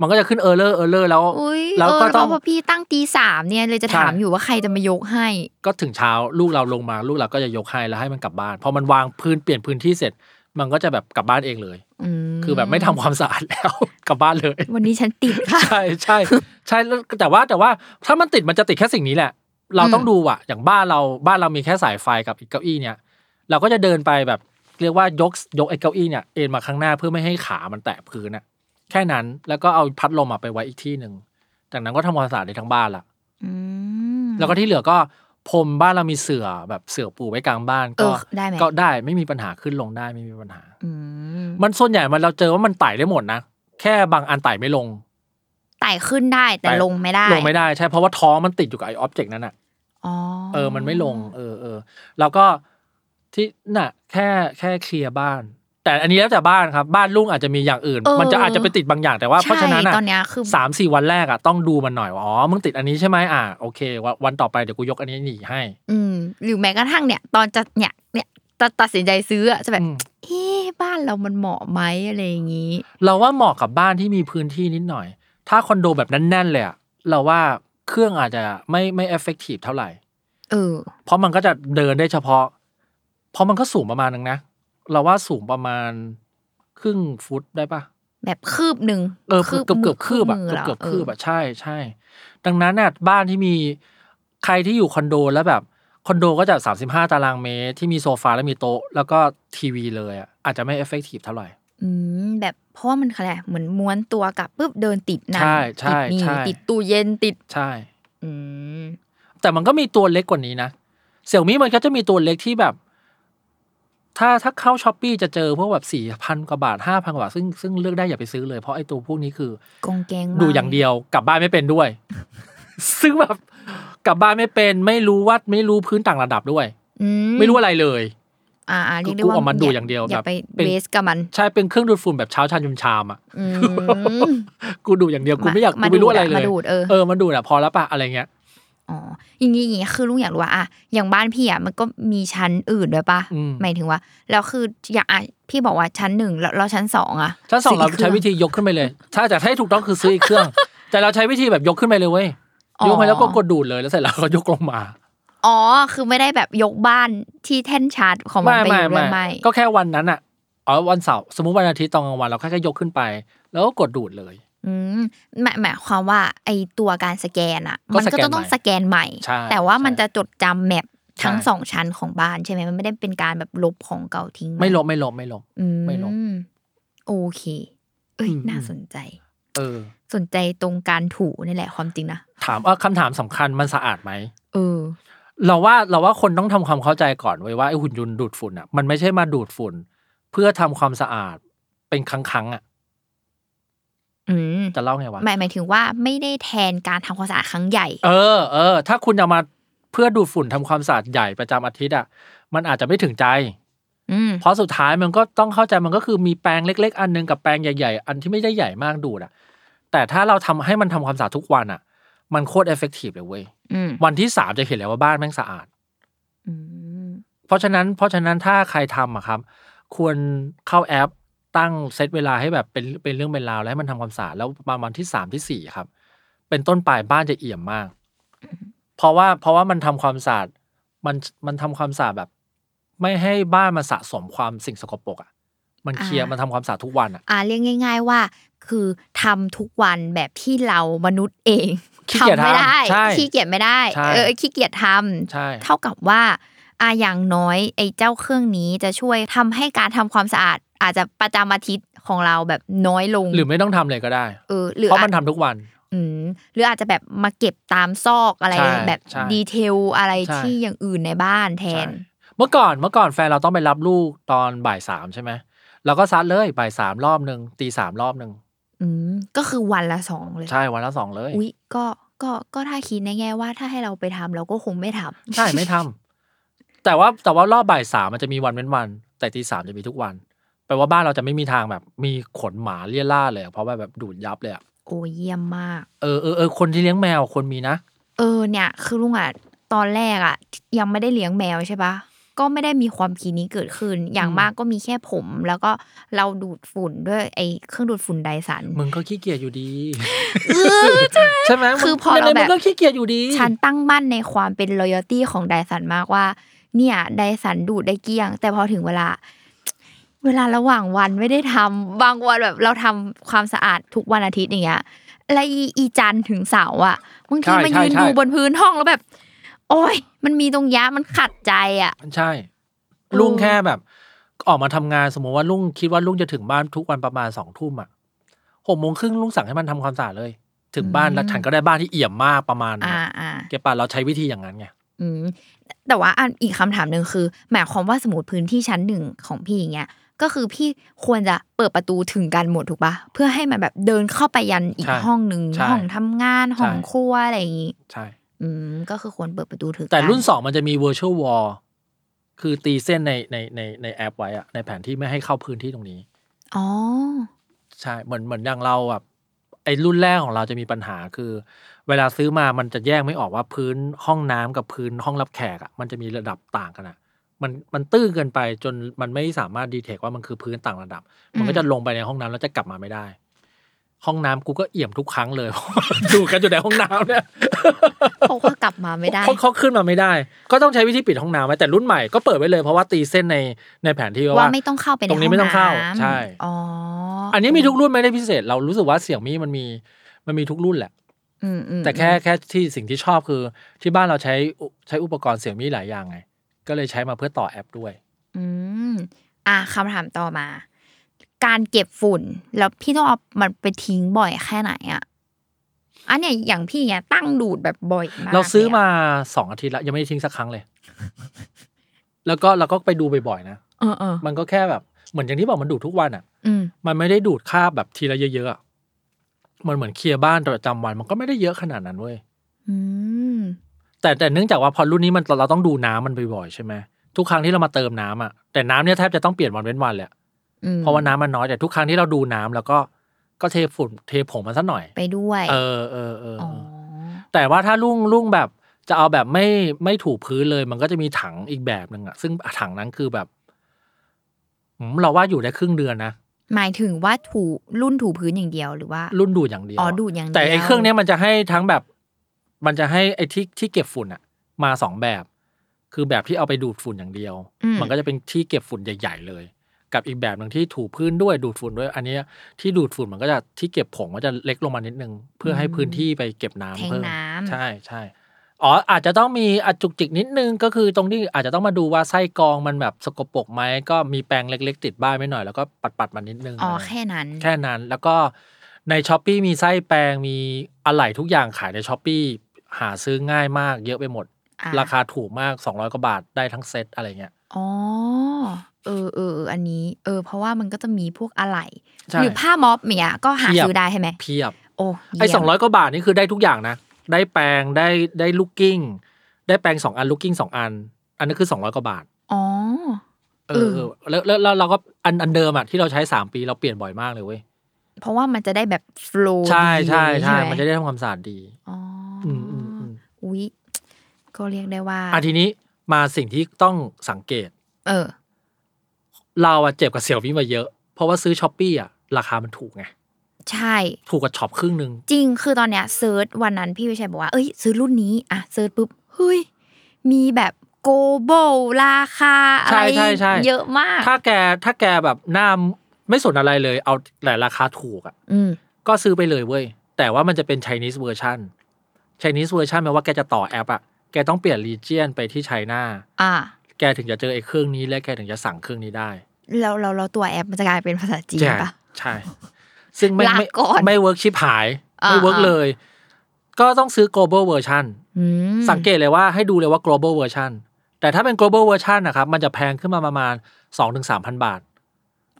[SPEAKER 2] มันก็จะขึ้นเออเลอร์เออเลอร์แล้ว
[SPEAKER 1] อุ้ย
[SPEAKER 2] แล้ว
[SPEAKER 1] เออ
[SPEAKER 2] ก็
[SPEAKER 1] แล้ว
[SPEAKER 2] ต้อง
[SPEAKER 1] พอพี่ตั้งตีสามเนี่ยเลยจะ
[SPEAKER 2] ใช่
[SPEAKER 1] ถามอยู่ว่าใครจะมายกให้
[SPEAKER 2] ก็ถึงเช้าลูกเราลงมาลูกเราก็จะยกให้แล้วให้มันกลับบ้านพอมันวางพื้นเปลี่ยนพื้นที่เสร็จ มันก็จะแบบกลับบ้านเองเลย
[SPEAKER 1] อืม
[SPEAKER 2] คือแบบไม่ทำความสะอาดแล้ว กลับบ้านเลย
[SPEAKER 1] วันนี้ฉันติด ค่ะ
[SPEAKER 2] ใช่ใช่ใช่แล้วแต่ว่าแต่ว่าถ้ามันติดมันจะติดแค่สิ่งนี้แหละ เราต้องดูอะอย่างบ้านเราบ้านเรามีแค่สายไฟกับอีกเก้าอี้เนี่ย เราก็จะเดินไปแบบเรียกว่ายกยกไอ้เก้าอี้เนี่ยเอ็นมาข้างหน้าเพื่อไม่ให้ขามันแตะพื้นอะแค่นั้นแล้วก็เอาพัดลมอะไปไว้อีกที่หนึ่งจากนั้นก็ทำความสะอาดในทั้งบ้านละ
[SPEAKER 1] อืม
[SPEAKER 2] แล้วก็ที่เหลือก็พรมบ้านเรามีเสื่อแบบเสื่อปูไว้กลางบ้าน
[SPEAKER 1] เอ
[SPEAKER 2] ก็
[SPEAKER 1] อได้ไหม
[SPEAKER 2] ก็ได้ไม่มีปัญหาขึ้นลงได้ไม่มีปัญหา
[SPEAKER 1] อืม
[SPEAKER 2] มันส่วนใหญ่มันเราเจอว่ามันไต่ได้หมดนะแค่บางอันไต่ไม่ลง
[SPEAKER 1] ไต่ขึ้นได้แต่
[SPEAKER 2] ไต่
[SPEAKER 1] ลงไม่ได้
[SPEAKER 2] ลงไม่ได้ใช่เพราะว่าท้องมันติดอยู่กับไอ้ออบเจกต์นั้นอ่ะ
[SPEAKER 1] อ๋อ
[SPEAKER 2] เออมันไม่ลงเออเออแล้วก็ที่น่ะแค่แค่เคลียร์บ้าน แต่อันนี้แล้วแต่บ้านครับ บ้านลุงอาจจะมีอย่างอื่น
[SPEAKER 1] เออ
[SPEAKER 2] มันจะอาจจะไปติดบางอย่างแต่ว่า
[SPEAKER 1] ใช่
[SPEAKER 2] เพราะฉะนั้นอ่ะ
[SPEAKER 1] ตอนเนี้ยคือ
[SPEAKER 2] สามสี่วันแรกอ่ะต้องดูมันหน่อยว่าอ๋อมึงติดอันนี้ใช่ไหมอ่ะโอเควันวันต่อไปเดี๋ยวกูยกอันนี้หนีให้
[SPEAKER 1] อืมหรือแม้กระทั่งเนี่ย ตอนจะเนี่ยเนี่ยจะตัดสินใจซื้ออะจะแบบ
[SPEAKER 2] อืม
[SPEAKER 1] เอ๊ะบ้านเรามันเหมาะไหมอะไรอย่างนี้
[SPEAKER 2] เราว่าเหมาะกับบ้านที่มีพื้นที่นิดหน่อย ถ้าคอนโดแบบแน่นๆเลยอ่ะเราว่าเครื่องอาจจะไม่ไม่เอฟเฟกตีฟเท่าไหร่
[SPEAKER 1] เออ
[SPEAKER 2] เพราะมันก็จะเดินได้เฉพาะ เพราะมันก็สูงประมาณนึงนะ เราว่าสูงประมาณครึ่งฟุตได้ปะ
[SPEAKER 1] แบบคืบหนึ่ง
[SPEAKER 2] เออเกือบเกือบเกือบ
[SPEAKER 1] มื
[SPEAKER 2] คืบอะ
[SPEAKER 1] มื
[SPEAKER 2] เกือบ
[SPEAKER 1] หร
[SPEAKER 2] เกือบ
[SPEAKER 1] เ
[SPEAKER 2] คืบอะใช่ใช่ ดังนั้นน่ะบ้านที่มีใครที่อยู่คอนโดแล้วแบบคอนโดก็จะ 35 ตารางเมตร ที่มีโซฟาและมีโต๊ะ แล้วก็ทีวีเลยอะอาจจะไม่เอฟเฟกตีฟเท่าไหร่
[SPEAKER 1] อืมแบบเพราะว่ามันอะไรเหมือนม้วนตัวกลับปุ๊บเดินติดนั่น
[SPEAKER 2] ใช่ใช่
[SPEAKER 1] ติดนี่
[SPEAKER 2] ใช่
[SPEAKER 1] ติดตู้เย็นติด
[SPEAKER 2] ใช่
[SPEAKER 1] อืม
[SPEAKER 2] แต่มันก็มีตัวเล็กกว่านี้นะเสี่ยมี่มันก็จะมีตัวเล็กที่แบบ ถ้าถ้าเข้าช้อปปีจะเจอพวกแบบสี่พันกว่าบาทห้าพันกว่าบาทซึ่งซึ่งเลือกได้อย่าไปซื้อเลยเพราะไอ้ตัวพวกนี้คือก
[SPEAKER 1] องแกงมาก
[SPEAKER 2] ดูอย่างเดียวกลับบ้านไม่เป็นด้วย ซึ่งแบบกลับบ้านไม่เป็น ไม่รู้วัดไม่รู้พื้นต่างระดับด้วย
[SPEAKER 1] อื
[SPEAKER 2] ไม่รู้อะไรเลย
[SPEAKER 1] อ่าอ่าเรียกได้
[SPEAKER 2] กู
[SPEAKER 1] ว่า
[SPEAKER 2] ออกมาดูอย่างเดียว
[SPEAKER 1] อย่า
[SPEAKER 2] แบบ
[SPEAKER 1] ไป
[SPEAKER 2] เป็น
[SPEAKER 1] เวสกับมัน
[SPEAKER 2] ใช่เป็นเครื่องดูดฝุ่นแบบเช้าชานยุมชามอ่ะ
[SPEAKER 1] อืม
[SPEAKER 2] กูดูอย่างเดียวกูไม่อยาก
[SPEAKER 1] มา
[SPEAKER 2] กูไม่รู้อะไรเลย
[SPEAKER 1] มาดูดอะมาดูดเออ
[SPEAKER 2] เออมาดูดอ่ะพอแล้วปะอะไรเงี้ย
[SPEAKER 1] อ๋ออย่างงี้อย่างงี้คือลุงอยากรู้ว่าอะอย่างบ้านพี่อะมันก็มีชั้นอื่นด้วยปะ
[SPEAKER 2] อืม
[SPEAKER 1] หมายถึงว่าแล้วคืออย่างอะพี่บอกว่าชั้นหนึ่งแล้วแล้วชั้นสองอะ
[SPEAKER 2] ชั้นสองเรา
[SPEAKER 1] ค
[SPEAKER 2] ใช้วิธียกขึ้นไปเลย ถ้าจะให้ถูกต้องคือซื้ออีกเครื่อง แต่เราใช้วิธีแบบยกขึ้นไปเลยเว้ย ยกไปแล้วก็กดดูดเลยแล้วเสร็จแล้วก็ยกลงมา
[SPEAKER 1] อ๋อคือไม่ได้แบบยกบ้านที่แท่นชาร์จของมันไปอยู่ด้วยไม่
[SPEAKER 2] ก็แค่วันนั้นอ่ะอ๋อวันเสาร์สมมุติวันอาทิตย์ตอนกลางวันเราแค่แค่ยกขึ้นไป แล้วก็กดดูดเลย
[SPEAKER 1] อืมหมายหมายความว่าไอตัวการสแกนอะ
[SPEAKER 2] ก็
[SPEAKER 1] มัน
[SPEAKER 2] ส
[SPEAKER 1] ก็
[SPEAKER 2] แกน
[SPEAKER 1] จะต้อง
[SPEAKER 2] ใหม่
[SPEAKER 1] สแกนใหม่
[SPEAKER 2] ใช่
[SPEAKER 1] แต่ว่า
[SPEAKER 2] ใช่
[SPEAKER 1] มันจะจดจำแมปทั้ง
[SPEAKER 2] ใช่
[SPEAKER 1] สองชั้นของบ้านใช่ไหมมันไม่ได้เป็นการแบบลบของเก่าทิ้งห
[SPEAKER 2] ไม่ลบไม่ลบไม่ลบ
[SPEAKER 1] อืม
[SPEAKER 2] ไม่ลบ
[SPEAKER 1] โอเค เอ้ย
[SPEAKER 2] อืม
[SPEAKER 1] น่าสนใจ
[SPEAKER 2] เออ
[SPEAKER 1] สนใจตรงการถูนี่แหละความจริงนะ
[SPEAKER 2] ถามว่าคำถามสำคัญมันสะอาดไหม
[SPEAKER 1] เออ
[SPEAKER 2] เราว่าเราว่าคนต้องทำความเข้าใจก่อนไว้ยว่าไอ้หุ่นยนต์ดูดฝุ่นอ่ะมันไม่ใช่มาดูดฝุ่น เพื่อทำความสะอาดเป็นครั้งๆอ่ะ
[SPEAKER 1] อืม
[SPEAKER 2] จะเล่าไงวะ
[SPEAKER 1] หมายหมายถึงว่าไม่ได้แทนการทำความสะอาดครั้งใหญ่
[SPEAKER 2] เออเออถ้าคุณเอามาเพื่อดูดฝุ่นทำความสะอาดใหญ่ประจำอาทิตย์อ่ะมันอาจจะไม่ถึงใจ
[SPEAKER 1] อืม
[SPEAKER 2] เพราะสุดท้ายมันก็ต้องเข้าใจมันก็คือมีแปรงเล็ก ๆ อันหนึงกับแปรงใหญ่ ๆ อันที่ไม่ได้ใหญ่มากดูดอ่ะ แต่ถ้าเราทำให้มันทำความสะอาดทุกวันอ่ะ มันโคตรเอฟเฟกตีฟเลยเว้ย
[SPEAKER 1] อืม
[SPEAKER 2] วันที่สามจะเห็นแล้วว่าบ้านแม่งสะอาด
[SPEAKER 1] อืม
[SPEAKER 2] เพราะฉะนั้นเพราะฉะนั้นถ้าใครทำอะครับ ควรเข้าแอปตั้งเซตเวลาให้แบบเป็นเป็นเรื่องเป็นราวแล้วให้มันทำความสะอาดแล้วประมาณที่สามที่สี่ครับ เป็นต้นไปบ้านจะเอี่ยมมาก เพราะว่าเพราะว่ามันทำความสะอาดมันมันทำความสะอาดแบบ ไม่ให้บ้านมันสะสมความสิ่งสกปรกอะมันเคลียร์มันทำความสะอาดทุกวันอะ
[SPEAKER 1] อ่าเรียกง่าย ๆ ว่า คือทำทุกวันแบบที่เรามนุษย์เอง
[SPEAKER 2] ขี้เกียจ
[SPEAKER 1] ทำไม่ได้
[SPEAKER 2] ทำใช่
[SPEAKER 1] ขี้เกียจไม่ได้
[SPEAKER 2] ใช่
[SPEAKER 1] เออขี้เกียจทำ
[SPEAKER 2] ใช่
[SPEAKER 1] เท่ากับว่าอาอย่างน้อยไอ้เจ้าเครื่องนี้จะช่วยทำให้การทำความสะอาด อาจจะประจำอาทิตย์ของเราแบบน้อยลง
[SPEAKER 2] หรือไม่ต้องทำเลยก็ได้
[SPEAKER 1] เออหรือ
[SPEAKER 2] เพราะ
[SPEAKER 1] อา
[SPEAKER 2] มัน
[SPEAKER 1] จ
[SPEAKER 2] ทำทุกวัน
[SPEAKER 1] อืมหรืออาจจะแบบมาเก็บตามซอกอะไร
[SPEAKER 2] ใช่
[SPEAKER 1] แบบ
[SPEAKER 2] ใช่
[SPEAKER 1] ดีเทลอะไร
[SPEAKER 2] ใช่
[SPEAKER 1] ที่อย่างอื่นในบ้านแทน
[SPEAKER 2] ใช่เมื่อก่อนเมื่อก่อนแฟนเราต้องไปรับลูกตอนบ่ายสามใช่ไหมเราก็ซัดเลยบ่ายสามรอบหนึ่งตีสามรอบหนึ่ง
[SPEAKER 1] อืมก็คือวันละสองเลย
[SPEAKER 2] ใช่วันละสองเลย
[SPEAKER 1] อุ๊ยก็ก็ก็ถ้าคิดในแง่ว่าถ้าให้เราไปทำเราก็คงไม่ทำ
[SPEAKER 2] ใช่ไม่ทำแต่ว่าแต่ว่ารอบบ่ายสามมันจะมีวันเว้นวัน แต่ตีสามจะมีทุกวันแปลว่าบ้านเราจะไม่มีทางแบบ มีขนหมาเลี่ยล่าดเลยอะเพราะว่าแบบดูดยับเลยอะ
[SPEAKER 1] โอ้ยเยี่ยมมาก
[SPEAKER 2] เออเออเออคนที่เลี้ยงแมวคนมีนะ
[SPEAKER 1] เออเนี่ย คือลุงอ่ะตอนแรกอ่ะ ยังไม่ได้เลี้ยงแมวใช่ปะก็ไม่ได้มีความคิดนี้เกิดขึ้น อย่าง
[SPEAKER 2] อืม
[SPEAKER 1] มากก็มีแค่ผม แล้วก็เราดูดฝุ่นด้วยไอ้เครื่องดูดฝุ่นไดสัน
[SPEAKER 2] มึงก็ขี้เกียจอยู่ดี
[SPEAKER 1] เออใช่ไหม
[SPEAKER 2] ใช่ไหม
[SPEAKER 1] คือพอ
[SPEAKER 2] ใน
[SPEAKER 1] เราแบบ
[SPEAKER 2] มึงก็ขี้เกียจอยู่ดี
[SPEAKER 1] ฉันตั้งมั่นในความเป็น loyalty ของไดสันมากว่า เนี่ยไดสันดูดได้เกลี้ยง แต่พอถึงเวลา เวลาระหว่างวันไม่ได้ทำบางวันแบบเราทำความสะอาดทุกวันอาทิตย์อย่างเงี้ยและอีอีจันทร์ถึงเสาร์อ่ะบางทีมันยืนดูบนพื้นห้องแล้วแบบ โอ้ยมันมีตรงเนี้ยมันขัดใจอ่ะ
[SPEAKER 2] ใช่
[SPEAKER 1] เออ
[SPEAKER 2] ลุงแค่แบบ ออกมาทำงานสมมติว่าลุงคิดว่าลุงจะถึงบ้านทุกวันประมาณสองทุ่มอ่ะหกโมงครึ่งลุงสั่งให้มันทำความสะอาดเลย ถึงบ้านแล้วฉันก็ได้บ้านที่เอี่ยมมากประมาณ
[SPEAKER 1] อ่า
[SPEAKER 2] น่ะ
[SPEAKER 1] อ่า
[SPEAKER 2] เก็บป่ะเราใช้วิธีอย่างนั้นไง
[SPEAKER 1] อืมแต่ว่าอันอีกคำถามหนึ่งคือ หมายความว่าสมมติพื้นที่ชั้นหนึ่งของพี่อย่างเงี้ยก็คือพี่ควรจะเปิดประตูถึงกันหมดถูกปะเพื่อให้มันแบบเดินเข้าไปยันอีก
[SPEAKER 2] ใช่
[SPEAKER 1] ห้องหนึ่ง
[SPEAKER 2] ใช่
[SPEAKER 1] ห้องทำงานห้อง
[SPEAKER 2] ใช่
[SPEAKER 1] ครัวอะไรอย่างงี้
[SPEAKER 2] ใช่
[SPEAKER 1] อืมก็คือควรเปิดประตูถึงกั
[SPEAKER 2] แต่รุ่นสองมันจะมี virtual wall คือตีเส้นในในในในแอปไว้อะในแผนที่ไม่ให้เข้าพื้นที่ตรงนี้
[SPEAKER 1] อ๋อ
[SPEAKER 2] ใช่เหมือนเหมือนอย่างเราแบบไอ้รุ่นแรกของเราจะมีปัญหาคือ เวลาซื้อมามันจะแยกไม่ออกว่าพื้นห้องน้ำกับพื้นห้องรับแขกอะมันจะมีระดับต่างกันอะมันมันตื้อเกินไปจนมันไม่สามารถดีเทคว่ามันคือพื้นต่างระดับ มันก็จะลงไปในห้องน้ำแล้วจะกลับมาไม่ได้ ห้องน้ำกูก็เอี่ยมทุกครั้งเลย ดูกันอยู่ในห้องน้ำเนี่ย
[SPEAKER 1] เพราะว่ากลับมาไม่ได้
[SPEAKER 2] เขาเขาขึ้นมาไม่ได้ ก็ต้องใช้วิธีปิดห้องน้ำไว้แต่รุ่นใหม่ก็เปิดไว้เลยเพราะว่าตีเส้นในในแผนที่
[SPEAKER 1] ว่า
[SPEAKER 2] ว่า
[SPEAKER 1] ไม่ต้องเข้าไปใน
[SPEAKER 2] ตรงนี้ไม่ต้องเข้า
[SPEAKER 1] ห้น้ำ
[SPEAKER 2] ใช่
[SPEAKER 1] อ๋ออั
[SPEAKER 2] อันนี้มีทุกรุ่นไม่ได้พิเศษ เรารู้สึกว่าเสี่ยงมี่มันมีมันมีทุกรุ่นแหละ
[SPEAKER 1] อืมอืม
[SPEAKER 2] แต่แค่แค่ที่สิ่งที่ชอบคือ ที่บ้านเราใช้อุใช้อุปกรณ์เสี่ยมี่หลายอย่างไง ก็เลยใช้มาเพื่อต่อแอปด้วย
[SPEAKER 1] อืมอ่ะคำถามต่อมา การเก็บฝุ่นแล้วพี่ต้องเอามันไปทิ้งบ่อยแค่ไหนอ่ะอันเนี้ยอย่างพี่เนี่ยตั้งดูดแบบบ่อยมาก
[SPEAKER 2] เราซื้อมา
[SPEAKER 1] ลยะ
[SPEAKER 2] สองอาทิตย์แล้วยังไม่ได้ทิ้งสักครั้งเลย แล้วก็เราก็ไปดูบ่อยๆนะ
[SPEAKER 1] เออเออ
[SPEAKER 2] มันก็แค่แบบเหมือนอย่างที่บอกมันดูดทุกวันอ่ะ
[SPEAKER 1] อืม
[SPEAKER 2] มันไม่ได้ดูดคราบแบบทีละเยอะๆอะมันเหมือนเคลียร์บ้านประจำวัน มันก็ไม่ได้เยอะขนาดนั้นเว้ย
[SPEAKER 1] อืม
[SPEAKER 2] แต่แต่เนื่องจากว่าพอรุ่นนี้มันเราต้องดูน้ำมันบ่อยๆใช่ไหมทุกครั้งที่เรามาเติมน้ำอ่ะแต่น้ำเนี่ยแทบจะต้องเปลี่ยนวันเว้นวันเลยอะ
[SPEAKER 1] อืม
[SPEAKER 2] เพราะว่าน้ำมันน้อยแต่ทุกครั้งที่เราดูน้ำแล้วก็ก็เทฝุ่นเทผงมันสักหน่อย
[SPEAKER 1] ไปด้วย
[SPEAKER 2] เออเออเออเอ
[SPEAKER 1] อ
[SPEAKER 2] อแต่ว่าถ้าลุ่งลุ่งแบบจะเอาแบบไม่ไม่ถูพื้นเลย มันก็จะมีถังอีกแบบหนึ่งอ่ะซึ่งถังนั้นคือแบบอืมเราว่าอยู่ได้ครึ่งเดือนนะ
[SPEAKER 1] หมายถึงว่าถูรุ่นถูพื้นอย่างเดียวหรือว่า
[SPEAKER 2] รุ่นดูดอย่างเดียว
[SPEAKER 1] อ๋อดูดอย่างเดียว
[SPEAKER 2] แต่ไอ้เครื่องเนี้ยมันจะให้ทั้งแบบ มันจะให้ไอ้ที่ที่เก็บฝุ่นอ่ะ มาสองแบบ คือแบบที่เอาไปดูดฝุ่นอย่างเดียว
[SPEAKER 1] อื
[SPEAKER 2] มันก็จะเป็นที่เก็บฝุ่นใหญ่ ๆ เลย กับอีกแบบหนึ่งที่ถูพื้นด้วยดูดฝุ่นด้วย อันเนี้ยที่ดูดฝุ่นมันก็จะที่เก็บผงมันจะเล็กลงมานิดนึง เพื่อให้พื้นที่ไปเก็บน้ำ
[SPEAKER 1] แทง
[SPEAKER 2] เพิ่ม
[SPEAKER 1] น้ำ
[SPEAKER 2] ใช่ใช่อ๋ออาจจะต้องมีอาจุกจิกนิดนึงก็คือตรงที่อาจจะต้องมาดูว่าไส้กรองมันแบบสกปรกไหมก็มีแปรงเล็ก ๆ ติดบ้านไว้หน่อยแล้วก็ปัดๆมันนิดนึง
[SPEAKER 1] อ๋อ
[SPEAKER 2] อะไร
[SPEAKER 1] แค่นั้น
[SPEAKER 2] แค่นั้นแล้วก็ ในช้อปปีมีไส้แปลงมีอะไหล่ทุกอย่างขายในช้อปปีหาซื้อง่ายมาก เยอะไปหมด
[SPEAKER 1] อ่ะ
[SPEAKER 2] ราคาถูกมาก 200กว่าบาทได้ทั้งเซตอะไรเงี้ย
[SPEAKER 1] อ๋อเออเออเอออันนี้ เออ เพราะว่ามันก็จะมีพวกอะไหล่
[SPEAKER 2] ใช่
[SPEAKER 1] หรือผ้าม็อบเนี่ยก็หา
[SPEAKER 2] เพียบ
[SPEAKER 1] ซื้อได้ใช่ไหม
[SPEAKER 2] เพียบ
[SPEAKER 1] โอ้
[SPEAKER 2] ไอ้
[SPEAKER 1] เยี่ยม
[SPEAKER 2] สองร้อยกว่าบาทนี่คือได้ทุกอย่างนะ ได้แปรงได้ได้ลูกกิ้ง ได้แปรงสองอันลูกกิ้งสองอัน อันนั้นคือสองร้อยกว่าบาท
[SPEAKER 1] อ๋อ
[SPEAKER 2] เอ
[SPEAKER 1] เอ
[SPEAKER 2] อ
[SPEAKER 1] อ
[SPEAKER 2] เออแล้วแล้วแล้วเราก็อันอันเดิมอ่ะที่เราใช้สามปีเราเปลี่ยนบ่อยมากเลยเว้ย
[SPEAKER 1] เพราะว่ามันจะได้แบบฟลู
[SPEAKER 2] ใช่ใช่ใช่
[SPEAKER 1] ไห
[SPEAKER 2] มันจะได้ทำความสะอาดดี
[SPEAKER 1] อ๋ออ
[SPEAKER 2] อืมอืมอืม
[SPEAKER 1] อุ๊ยก็เรียกได้ว่า
[SPEAKER 2] อ่ะทีนี้มาสิ่งที่ต้องสังเกต
[SPEAKER 1] เออ
[SPEAKER 2] เราอะเจ็บกับเสี่ยวมี่มาเยอะ เพราะว่าซื้อช้อปปี้อะราคามันถูกไง
[SPEAKER 1] ใช่
[SPEAKER 2] ถูกกว่าช็อปครึ่งหนึ่ง
[SPEAKER 1] จริงคือตอนเนี้ยเซิร์ชวันนั้นพี่วิชัยบอกว่า เอ้ย ซื้อรุ่นนี้ อ่ะเซิร์ชปุ๊บเฮ้ย มีแบบโกโบราคา อะไร
[SPEAKER 2] ใช่ใช่ใช่
[SPEAKER 1] เยอะมาก
[SPEAKER 2] ถ้าแกถ้าแกแบบหน้าไม่สนอะไรเลย เอาแต่ราคาถูกอะ
[SPEAKER 1] อืม
[SPEAKER 2] ก็ซื้อไปเลยเว้ย แต่ว่ามันจะเป็น Chinese version Chinese version แปลว่าแกจะต่อแอปอะแกต้องเปลี่ยน region ไปที่ไชน่า
[SPEAKER 1] อ่ะ
[SPEAKER 2] แกถึงจะเจอไอ้เครื่องนี้และแกถึงจะสั่งเครื่องนี้ได้
[SPEAKER 1] แล้วเราเราตัวแอปมันจะกลายเป็นภาษาจีน
[SPEAKER 2] ใช่
[SPEAKER 1] ปะ
[SPEAKER 2] ใช่ ซึ่งไม่
[SPEAKER 1] ลา
[SPEAKER 2] ไม่
[SPEAKER 1] ก่อน
[SPEAKER 2] ไม่เวิร์กชิบหาย ไม่
[SPEAKER 1] อ่า
[SPEAKER 2] เวิร์ก
[SPEAKER 1] อ่า
[SPEAKER 2] เลย ก็ต้องซื้อ global version
[SPEAKER 1] อืม
[SPEAKER 2] สังเกตเลยว่าให้ดูเลยว่า global version แต่ถ้าเป็น global version นะครับ มันจะแพงขึ้นมาประมาณ 2-3,000 บาท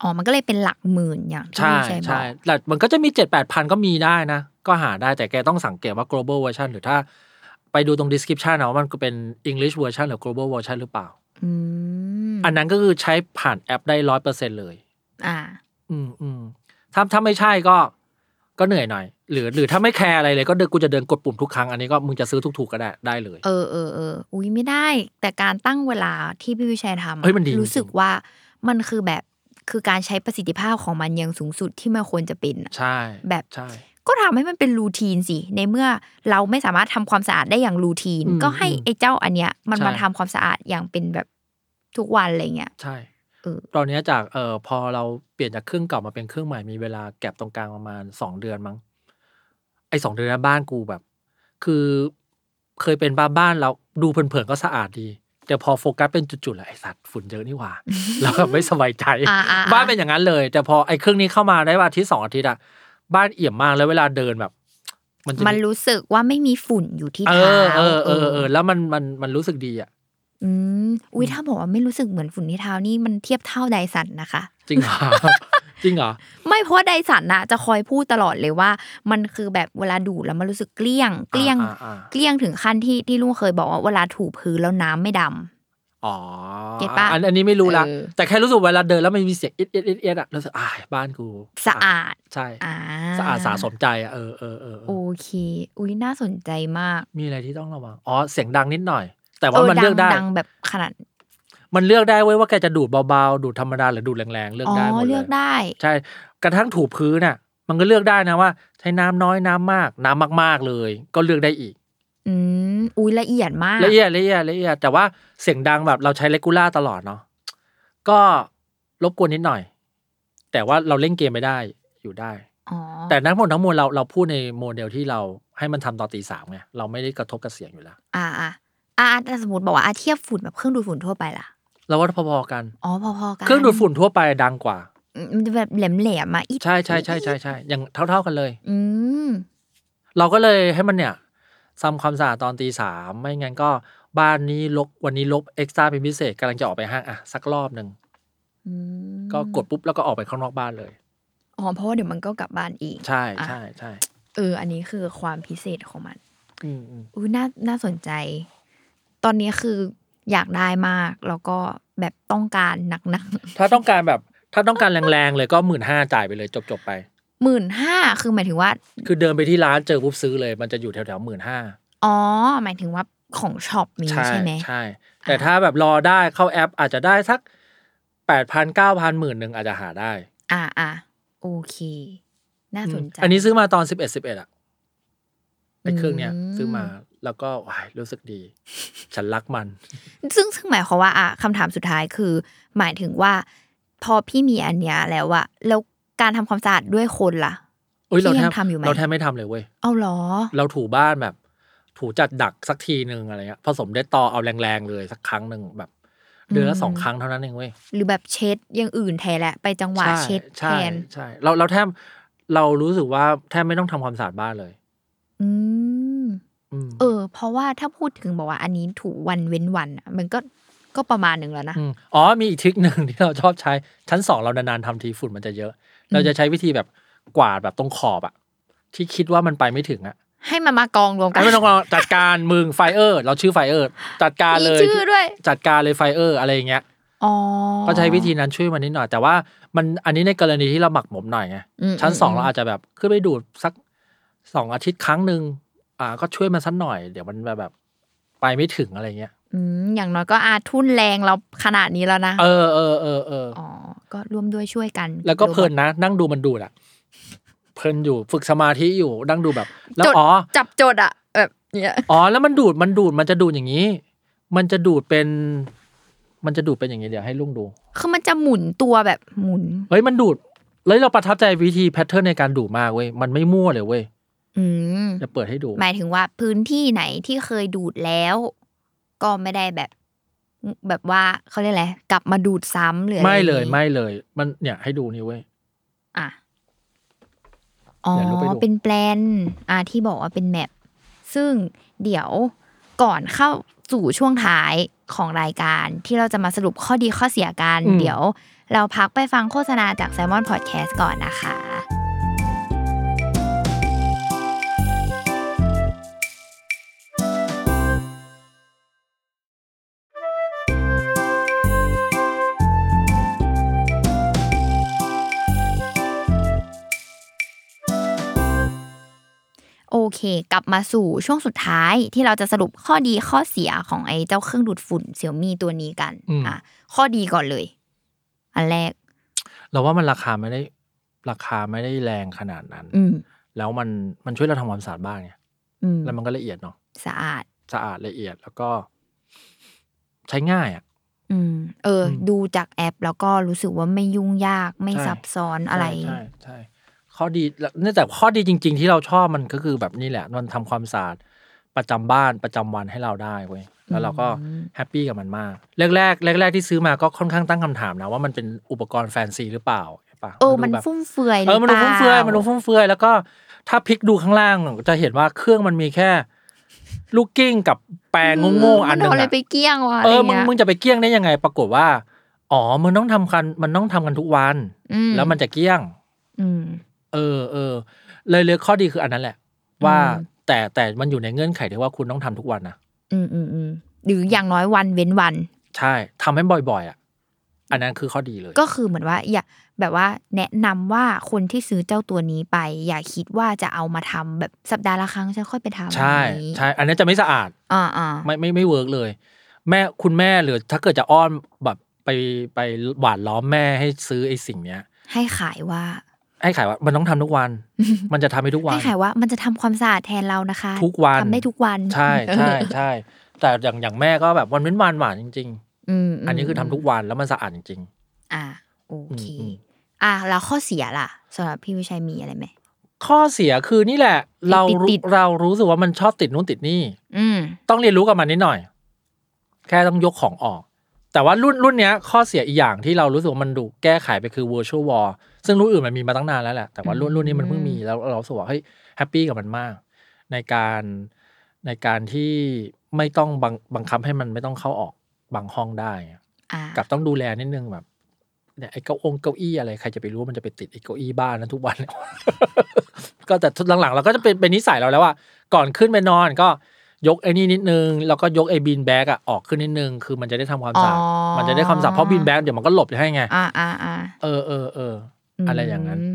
[SPEAKER 1] อ๋อ มันก็เลยเป็นหลักหมื่นอย่างที่
[SPEAKER 2] ใช่
[SPEAKER 1] พี่วิชัยบอ
[SPEAKER 2] ใช่
[SPEAKER 1] ก
[SPEAKER 2] แต่มันก็จะมี 7-8,000 ก็มีได้นะ ก็หาได้แต่แกต้องสังเกตว่า global version หรือถ้าไปดูตรง description นะว่ามันเป็น English version หรือ global version หรือเปล่า
[SPEAKER 1] อืม
[SPEAKER 2] อันนั้นก็คือใช้ผ่านแอปได้ร้อยเปอร์เซ็นเลย
[SPEAKER 1] อ่า
[SPEAKER 2] อืมอืมถ้าถ้าไม่ใช่ก็ก็เหนื่อยหน่อย หรือหรือถ้าไม่แคร์อะไรเลยก็เดินกูจะเดินกดปุ่มทุกครั้งอันนี้ก็มึงจะซื้อถูกๆก็ได้ได้เลย
[SPEAKER 1] เออเออเอออุ้ยไม่ได้ แต่การตั้งเวลาที่พี่วิชัยทำอะ
[SPEAKER 2] เฮ้ยมันดี
[SPEAKER 1] รู้สึก
[SPEAKER 2] จริงๆ
[SPEAKER 1] ว่ามันคือแบบคือการใช้ประสิทธิภาพของมันอย่างสูงสุดที่มันควรจะเป็นอะ
[SPEAKER 2] ใช่
[SPEAKER 1] แบบ
[SPEAKER 2] ใช่
[SPEAKER 1] ก็ทำให้มันเป็นรูทีนสิ ในเมื่อเราไม่สามารถทำความสะอาดได้อย่างรูทีน
[SPEAKER 2] อืม
[SPEAKER 1] ก็ให้ไอ้เจ้าอันเนี้ย มัน
[SPEAKER 2] ใช่
[SPEAKER 1] มาทำความสะอาดอย่างเป็นแบบทุกวันอะไร เงี้ย
[SPEAKER 2] ใช่
[SPEAKER 1] เออ
[SPEAKER 2] ตอนเนี้ยจากเอ่อพอเราเปลี่ยนจากเครื่องเก่ามาเป็นเครื่องใหม่มีเวลาแก็บตรงกลางประมาณสองเดือนมั้ง ไอสองเดือนนั้นบ้านกูแบบ คือเคยเป็นบ้านบ้านแล้วดูเพลินๆก็สะอาดดี แต่พอโฟกัสเป็นจุดๆแหละไอสัตว์ฝุ่นเยอะนี่ หว่า เราแบบไม่สบายใจ
[SPEAKER 1] อ่าอ่าอ่า
[SPEAKER 2] บ้านเป็นอย่างนั้นเลย แต่พอไอเครื่องนี้เข้ามาได้วันอาทิตย์สองอาทิตย์อะบ้านเอี่ยมมากแล้วเวลาเดินแบบ มันจะ
[SPEAKER 1] มันรู้สึกว่าไม่มีฝุ่นอยู่ที่
[SPEAKER 2] เอ
[SPEAKER 1] เท้า
[SPEAKER 2] อเออเออเออแล้วมันมันมันรู้สึกดีอะ
[SPEAKER 1] อืมอุ้ยถ้าบอกว่าไม่รู้สึกเหมือนฝุ่นที่เท้านี่มันเทียบเท่าไดสันนะคะ
[SPEAKER 2] จริงเหรอ จริงเหรอ
[SPEAKER 1] ไม่เพราะไดสันนะจะคอยพูดตลอดเลยว่า มันคือแบบเวลาดูดแล้วมันรู้สึกเกลี้ยง เกลี้ยง
[SPEAKER 2] อ่าอ่าอ่า
[SPEAKER 1] เกลี้ยงถึงขั้นที่ที่ลุงเคยบอกว่าเวลาถูพื้นแล้วน้ำไม่ดำ
[SPEAKER 2] อ๋อ
[SPEAKER 1] เก็ตปะ
[SPEAKER 2] อันอันนี้ไม่รู้ละ
[SPEAKER 1] เออ
[SPEAKER 2] แต่แค่รู้สึกเวลาเดินแล้วมันมีเสียงเอ็ดเอ็ดเอ็ดเอ็ดอะรู้สึกอ่าบ้านกู
[SPEAKER 1] สะอาด
[SPEAKER 2] ใช่
[SPEAKER 1] อ่า
[SPEAKER 2] สะอาดสะสมใจอะเออเออเออเอ
[SPEAKER 1] โอ
[SPEAKER 2] อ
[SPEAKER 1] เค อุ้ยน่าสนใจมาก
[SPEAKER 2] มีอะไรที่ต้องระวังอ๋อเสียงดังนิดหน่อย แต่ว่ามัน
[SPEAKER 1] ดั
[SPEAKER 2] เลือกได้
[SPEAKER 1] ดังแบบขนาด
[SPEAKER 2] มันเลือกได้เว้ยว่าแกจะดูดเบาๆ ดูดธรรมดาหรือดูดแรงๆ เลือก
[SPEAKER 1] อ๋อ
[SPEAKER 2] ได้หมดเล
[SPEAKER 1] เลือยกได้
[SPEAKER 2] ใช่กระทั่งถูพื้นน่ะ มันก็เลือกได้นะว่า ใช้น้ำน้อยน้ำมาก น้ำมากๆเลย ก็เลือกได้อีก
[SPEAKER 1] อืมอุ้ยละเอียดมาก
[SPEAKER 2] ละเอียดละเอียดละเอียดแต่ว่าเสียงดังแบบเราใช้เลกูล่าตลอดเนาะก็รบกวนนิดหน่อย แต่ว่าเราเล่นเกมไม่ได้อยู่ได้
[SPEAKER 1] อ๋อ
[SPEAKER 2] แต่ทั้งหมดทั้งมวลเราเราพูดในโมเดลที่เราให้มันทำตอนตีสามไงเราไม่ได้กระทบกับเสียงอยู่แล้ว
[SPEAKER 1] อ่าอ่าอ่าแต่สมมติบอกว่าอ่ะเทียบฝุ่นแบบเครื่องดูดฝุ่นทั่วไปล่ะ
[SPEAKER 2] เราว่าพอๆกัน
[SPEAKER 1] อ๋อพอๆกัน
[SPEAKER 2] เครื่องดูดฝุ่นทั่วไปดังกว่า
[SPEAKER 1] อืมมันจะแบบแหลมๆอ่ะอี
[SPEAKER 2] ใช่ใช่ใช่ใช่ใช่อย่างเท่า ๆกันเลย
[SPEAKER 1] อืม
[SPEAKER 2] เราก็เลยให้มันเนี่ยทำความสะอาดตอนตีสามไม่งั้นก็บ้านนี้ลกวันนี้ลบเอ็กซ์ตร้าเป็นพิเศษกำลังจะออกไปห้างอ่ะสักรอบหนึ่ง
[SPEAKER 1] อืม
[SPEAKER 2] ก็กดปุ๊บแล้วก็ออกไปข้างนอกบ้านเลย
[SPEAKER 1] อ๋อเพราะว่าเดี๋ยวมันก็กลับบ้านอีก
[SPEAKER 2] ใช่
[SPEAKER 1] อ่ะ
[SPEAKER 2] ใช่ใช่
[SPEAKER 1] เออ อันนี้คือความพิเศษของมัน
[SPEAKER 2] อืมอืม
[SPEAKER 1] อุ้ยน่าน่าสนใจ ตอนนี้คืออยากได้มาก แล้วก็แบบต้องการหนัก
[SPEAKER 2] ถ้าต้องการแบบถ้าต้องการแรงๆเลยก็หมื่นห้าจ่ายไปเลยจบจบๆไป
[SPEAKER 1] ๆหมื่นห้าคือหมายถึงว่า
[SPEAKER 2] คือเดินไปที่ร้านเจอปุ๊บซื้อเลย มันจะอยู่แถวๆหมื่นห้า
[SPEAKER 1] อ๋อ หมายถึงว่าของช็อปนี้ใช่ไหม
[SPEAKER 2] ใช่ แต่ถ้าแบบรอได้เข้าแอปอาจจะได้สักแปดพันเก้าพันหมื่นหนึ่งอาจจะหาได้
[SPEAKER 1] อ่าอ่าโอเค น่าสนใจ
[SPEAKER 2] อันนี้ซื้อมาตอนสิบเอ็ดสิบเอ็ดอะไอเครื่องเนี้ย
[SPEAKER 1] ม
[SPEAKER 2] ซื้อมาแล้วก็ว้ายรู้สึกดี ฉันรักมัน
[SPEAKER 1] ซึ่งซึ่งหมายความว่าอ่ะคำถามสุดท้ายคือ หมายถึงว่า พอพี่มีอันเนี้ยแล้วอะแล้วการทำความสะอาดด้วยคนล่ะ
[SPEAKER 2] เอ้ยเรา
[SPEAKER 1] พี่
[SPEAKER 2] แทบ
[SPEAKER 1] ยังทำอยู่ไหม
[SPEAKER 2] เราแทบไม่ทำเลยเว้ย
[SPEAKER 1] เอาเหรอ
[SPEAKER 2] เราถูบ้านแบบ ถูจัดดักสักทีหนึ่งอะไรเงี้ยผสมเดตตอเอาแรงๆเลยสักครั้งหนึ่งแบบ เดือนละสองครั้งเท่านั้นเองเว้ย
[SPEAKER 1] หรือแบบเช็ดอย่างอื่นแทนแหละ ไปจังหวะ
[SPEAKER 2] ใ
[SPEAKER 1] เช็ดแท
[SPEAKER 2] ใช่
[SPEAKER 1] น
[SPEAKER 2] ใช่เราเราแทบ เรารู้สึกว่าแทบไม่ต้องทำความสะอาดบ้านเลย
[SPEAKER 1] อืม
[SPEAKER 2] อืม
[SPEAKER 1] เออ เพราะว่าถ้าพูดถึงบอกว่าอันนี้ถูวันเว้นวันอะมันก็ก็ประมาณหนึ่งแล้วนะ
[SPEAKER 2] มอ๋อมีอีกทริคหนึ่ง ที่เราชอบใช้ชั้นสองเรานานๆทำทีฝุ่นมันจะเยอะ เราจะใช้วิธีแบบกวาดแบบตรงขอบอะที่คิดว่ามันไปไม่ถึง อะ
[SPEAKER 1] ให้มันมากองรวมกั
[SPEAKER 2] ไอ้
[SPEAKER 1] น
[SPEAKER 2] ไม่ต้องรอจัดการมึงไฟเออร์ เราชื่อไฟเออร์จัดการ
[SPEAKER 1] มี
[SPEAKER 2] เลย
[SPEAKER 1] ชื่อด้วย
[SPEAKER 2] จัดการเลยไฟเออร์อะไรอย่างเงี้ย
[SPEAKER 1] อ๋อ
[SPEAKER 2] ก็ใช้วิธีนั้นช่วยมันนิดหน่อย แต่ว่ามันอันนี้ในกรณีที่เราหมักหมมหน่อยไง
[SPEAKER 1] ม
[SPEAKER 2] ชั้นสอง
[SPEAKER 1] ม
[SPEAKER 2] เราอาจจะแบบขึ้นไปดูดสักสองอาทิตย์ครั้งหนึ่งอ่า ก็ช่วยมันสักหน่อย เดี๋ยวมันแบบ ไปไม่ถึงอะไรเงี้ย
[SPEAKER 1] อืมอย่างน้อยก็อาทุ่นแรงเราขนาดนี้แล้วนะ
[SPEAKER 2] เออเออเออเออ
[SPEAKER 1] อ๋อ ก็ร่วมด้วยช่วยกัน
[SPEAKER 2] แล้วก็
[SPEAKER 1] ดู
[SPEAKER 2] เพลินนะ นั่งดูมันดูดอะเพลินอยู่ฝึกสมาธิอยู่นั่งดูแบบ แล้ว
[SPEAKER 1] จด
[SPEAKER 2] อ๋อ
[SPEAKER 1] จับจดอะแบบเนี้ย
[SPEAKER 2] อ๋อแล้วมันดูดมันดูดมันจะดูดอย่างนี้ มันจะดูดเป็น มันจะดูดเป็นอย่างนี้เดี๋ยวให้ลุงดู
[SPEAKER 1] คือมันจะหมุนตัวแบบหมุน
[SPEAKER 2] เฮ้ยมันดูดเลยเราประทับใจวิธีแพทเทิร์นในการดูดมากเว้ยมันไม่มั่วเลยเว้ย
[SPEAKER 1] อืม
[SPEAKER 2] จะเปิดให้ดู
[SPEAKER 1] หมายถึงว่าพื้นที่ไหนที่เคยดูดแล้ว ก็ไม่ได้แบบ แบบว่าเขาเรียกอะไรกลับมาดูดซ้ำหรืออะร
[SPEAKER 2] ไม่เลย
[SPEAKER 1] อย่างงี้
[SPEAKER 2] ไม่เลย มันเนี่ยให้ดูนี่เว้ย
[SPEAKER 1] อ่ะอ๋อ
[SPEAKER 2] เดี๋ยวลุกไปดู
[SPEAKER 1] เป็นแปลนอ่ะที่บอกว่าเป็นแมปซึ่งเดี๋ยวก่อนเข้าสู่ช่วงท้ายของรายการ ที่เราจะมาสรุปข้อดีข้อเสียกัน เดี๋ยวเราพักไปฟังโฆษณาจาก s ซ m o n Podcast ก่อนนะคะ โอเค กลับมาสู่ช่วงสุดท้ายที่เราจะสรุปข้อดีข้อเสียของไอ้เจ้าเครื่องดูดฝุ่นเสี่ยมีตัวนี้กัน
[SPEAKER 2] อืม
[SPEAKER 1] ข้อดีก่อนเลย อันแรก
[SPEAKER 2] เราว่ามันราคาไม่ได้ราคาไม่ได้แรงขนาดนั้น
[SPEAKER 1] อืม
[SPEAKER 2] แล้วมันมันช่วยเราทำความสะอาดบ้านไง
[SPEAKER 1] อืม
[SPEAKER 2] แล้วมันก็ละเอียดเนาะ
[SPEAKER 1] สะอาด
[SPEAKER 2] สะอาดละเอียดแล้วก็ ใช้ง่ายอ่ะ
[SPEAKER 1] อืม เอออ
[SPEAKER 2] ม
[SPEAKER 1] ดูจากแอปแล้วก็รู้สึกว่าไม่ยุ่งยากไม่
[SPEAKER 2] ใช่
[SPEAKER 1] ซับซ้อนอะไร
[SPEAKER 2] ใช่ใช่ใช่ข้อดีแล้วเนื่องจากข้อดีจริง ๆ ที่เราชอบมันก็คือแบบนี่แหละ มันทำความสะอาดประจำบ้านประจำวันให้เราได้เว้ยแล้วเราก็
[SPEAKER 1] อืม
[SPEAKER 2] แฮปปี้กับมันมากแรกแรกแรกแรกๆที่ซื้อมาก็ค่อนข้างตั้งคำถามนะว่ามันเป็นอุปกรณ์แฟนซีหรือเปล่าใช่ปะ
[SPEAKER 1] เออ
[SPEAKER 2] ดู
[SPEAKER 1] มัน
[SPEAKER 2] แบบ
[SPEAKER 1] ฟุ่มเฟือยห
[SPEAKER 2] เอ
[SPEAKER 1] รือ อ
[SPEAKER 2] มัน
[SPEAKER 1] เป
[SPEAKER 2] ดู
[SPEAKER 1] ล่า
[SPEAKER 2] ฟุ่มเฟือยมันดูฟุ่มเฟือยแล้วก็ถ้าพลิกดูข้างล่างจะเห็นว่าเครื่องมันมีแค่ ลูกกิ้งกับแปรงโง่ๆอันหนึ่ง
[SPEAKER 1] มัเาอะไร
[SPEAKER 2] อะ
[SPEAKER 1] ไปเกลี้ยงวะ
[SPEAKER 2] เออ
[SPEAKER 1] ไร
[SPEAKER 2] มึง
[SPEAKER 1] เงี้ย
[SPEAKER 2] มึงจะไปเกี้ยงได้ยังไง ปรากฏว่า อ๋อมันต้องทำกันมันต้องทำกันทุกวัน
[SPEAKER 1] อื
[SPEAKER 2] แล้วมันจะเกี้ยง
[SPEAKER 1] อืม
[SPEAKER 2] เออเออเลยเลยข้อดีคืออันนั้นแหละ ว่า
[SPEAKER 1] อืม
[SPEAKER 2] แต่แต่มันอยู่ในเงื่อนไขที่ว่าคุณต้องทำทุกวันนะ
[SPEAKER 1] อืมอืมอืมหรืออย่างน้อยวันเว้นวัน
[SPEAKER 2] ใช่ทำให้บ่อยๆอ่ะ อันนั้นคือข้อดีเลย
[SPEAKER 1] ก็คือเหมือนว่าอย่าแบบว่าแนะนำว่าคนที่ซื้อเจ้าตัวนี้ไป อย่าคิดว่าจะเอามาทำแบบสัปดาห์ละครั้งฉันค่อยไปทำ
[SPEAKER 2] ใช่
[SPEAKER 1] อย่างนี้
[SPEAKER 2] ใช่อันนั้นจะไม่สะอาด
[SPEAKER 1] อ่าอ่า
[SPEAKER 2] ไม่ไม่ไม่เวิร์กเลย แม่คุณแม่หรือถ้าเกิดจะอ้อนแบบไปไปหวานล้อมแม่ให้ซื้อไอ้สิ่งเนี้ย
[SPEAKER 1] ให้ขายว่า
[SPEAKER 2] ให้ขายว่ามันต้องทำทุก วัน มันจะทำให้ทุกวัน
[SPEAKER 1] ให้ขายว่ามันจะทำความสะอาดแทนเรานะคะ
[SPEAKER 2] ทุกวัน
[SPEAKER 1] ทำได้ทุกวัน
[SPEAKER 2] ใช่ใช่ใช่ แต่อย่างอย่างแม่ก็แบบวันเว้นวันหวานจริง
[SPEAKER 1] อืม
[SPEAKER 2] ๆ อันนี้คือทำทุกวันแล้วมันสะอาดจริง
[SPEAKER 1] อ่าโอเค
[SPEAKER 2] อืม
[SPEAKER 1] อ่ะแล้วข้อเสียล่ะสำหรับพี่วิชัยมีอะไรไหม
[SPEAKER 2] ๆ ข้อเสียคือนี่แหละ เรารู้
[SPEAKER 1] ติด
[SPEAKER 2] เรารู้สึกว่ามันชอบติดนู้นติดนี่
[SPEAKER 1] อืม
[SPEAKER 2] ต้องเรียนรู้กับมันนิดหน่อย แค่ต้องยกของออก แต่ว่ารุ่นรุ่นเนี้ย ข้อเสียอีกอย่างที่เรารู้สึกว่ามันดูแก้ไขไปคือ virtual wall ซึ่งรุ่นอื่นมันมีมาตั้งนานแล้วแหละ แต่ว่ารุ่นรุ่นนี้มันเพิ่งมีแล้วเรารู้สึกว่าเฮ้ยแฮปปี้กับมันมาก ในการในการที่ไม่ต้องบังบังคับให้มันไม่ต้องเข้าออกบางห้องได้
[SPEAKER 1] อ่า
[SPEAKER 2] กับต้องดูแลนิดนึงแบบเนี่ยไอ้เก้าองเก้าอี้อะไรใครจะไปรู้ว่ามันจะไปติดไอ้เก้าอี้บ้านนั้นทุกวัน ก็แต่ทุกหลังๆเราก็จะเป็นเป็นนิสัยเราแล้วว่า ก่อนขึ้นไปนอนก็ยกไอ้นี่นิดนึง แล้วก็ยกไอ้บินแบกอะออกขึ้นนิดนึง คือมันจะได้ทำความสะอาดมันจะได้ความสะอาดเพราะบินแบกเดี๋ยวมันก็หลบให้ไง
[SPEAKER 1] อ่าอ่าอ่า
[SPEAKER 2] เออเออเออ อะไรอย่างนั้น
[SPEAKER 1] ม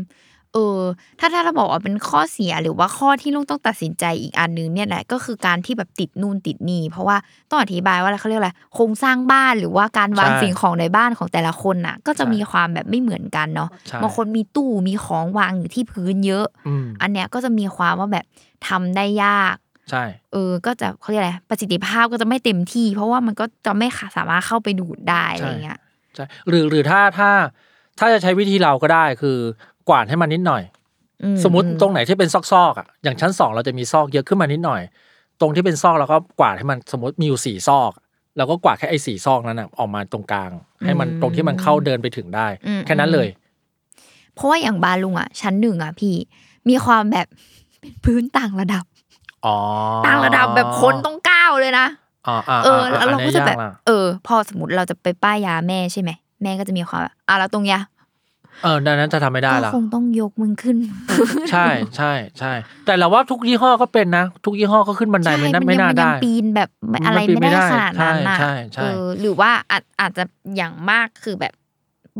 [SPEAKER 1] เออ ถ้าถ้าเราบอกว่าเป็นข้อเสียหรือว่าข้อที่ลูกต้องตัดสินใจอีกอันนึงเนี่ยแหละก็คือการที่แบบติดนู่นติดนี่เพราะว่าต้องอธิบายว่าอะไรเขาเรียกอะไรโครงสร้างบ้านหรือว่าการวาง
[SPEAKER 2] ใช่
[SPEAKER 1] สิ่งของในบ้านของแต่ละคนน่ะ ก็จะ
[SPEAKER 2] ใช่
[SPEAKER 1] มีความแบบไม่เหมือนกันเนาะ
[SPEAKER 2] ใช่
[SPEAKER 1] บางคนมีตู้มีของวางอยู่ที่พื้นเยอะ
[SPEAKER 2] อืม
[SPEAKER 1] อันเนี้ยก็จะมีความว่าแบบทำได้ยาก
[SPEAKER 2] ใช่
[SPEAKER 1] เออ ก็จะเขาเรียกอะไรประสิทธิภาพก็จะไม่เต็มที่ เพราะว่ามันก็จะไม่สามารถเข้าไปดูดได้อะไรเงี้ย
[SPEAKER 2] ใช่หรือหรือถ้าถ้าถ้าจะใช้วิธีเราก็ได้คือกวาดให้มันนิดหน่อย
[SPEAKER 1] อื
[SPEAKER 2] สมมติตรงไหนที่เป็นซอกๆอ่ะอย่างชั้นสองเราจะมีซอกเยอะขึ้นมานิดหน่อย ตรงที่เป็นซอกเราก็กวาดให้มันสมมติมีอยู่สี่ซอกเราก็กวาดแค่ไอ้สี่ซอกนั้นอ่ะออกมาตรงกลาง ให้มันตรงที่มันเข้าเดินไปถึงได้
[SPEAKER 1] อืม
[SPEAKER 2] แค่นั้นเลย
[SPEAKER 1] เพราะว่าอย่างบานลุงอ่ะ ชั้นหนึ่งอ่ะพี่ มีความแบบเป็นพื้นต่างระดับ
[SPEAKER 2] อ๋อ
[SPEAKER 1] ต่างระดับแบบคนต้องก้าวเลยนะ
[SPEAKER 2] อ๋ออ่า
[SPEAKER 1] เออแล้วเราก็จะแบบ
[SPEAKER 2] อันนี้ยล่
[SPEAKER 1] เออ พอสมมติเราจะไปป้ายยาแม่ใช่ไหมแม่ก็จะมีความแบบอ่ะแล้วตรงเนี้ย
[SPEAKER 2] เออดังนั้นจะทำไม่ได้
[SPEAKER 1] ก็
[SPEAKER 2] ละ
[SPEAKER 1] คงต้องยกมึงขึ้น
[SPEAKER 2] ใช่ใช่ใช่ แต่เราว่าทุกยี่ห้อก็เป็นนะ ทุกยี่ห้อก็ขึ้นบันได
[SPEAKER 1] ใช่
[SPEAKER 2] ไม่
[SPEAKER 1] มั
[SPEAKER 2] น่าน ไม่
[SPEAKER 1] ยัง
[SPEAKER 2] น่า
[SPEAKER 1] มันยั
[SPEAKER 2] ได้
[SPEAKER 1] งปีนแบบอะไร
[SPEAKER 2] มันปีน
[SPEAKER 1] ไม่
[SPEAKER 2] ไม่
[SPEAKER 1] ได้ข
[SPEAKER 2] ได้
[SPEAKER 1] นาดนั้นน่ะ
[SPEAKER 2] ใช่ใช่ใช่
[SPEAKER 1] เออหรือว่าอาจอาจจะอย่างมากคือแบบ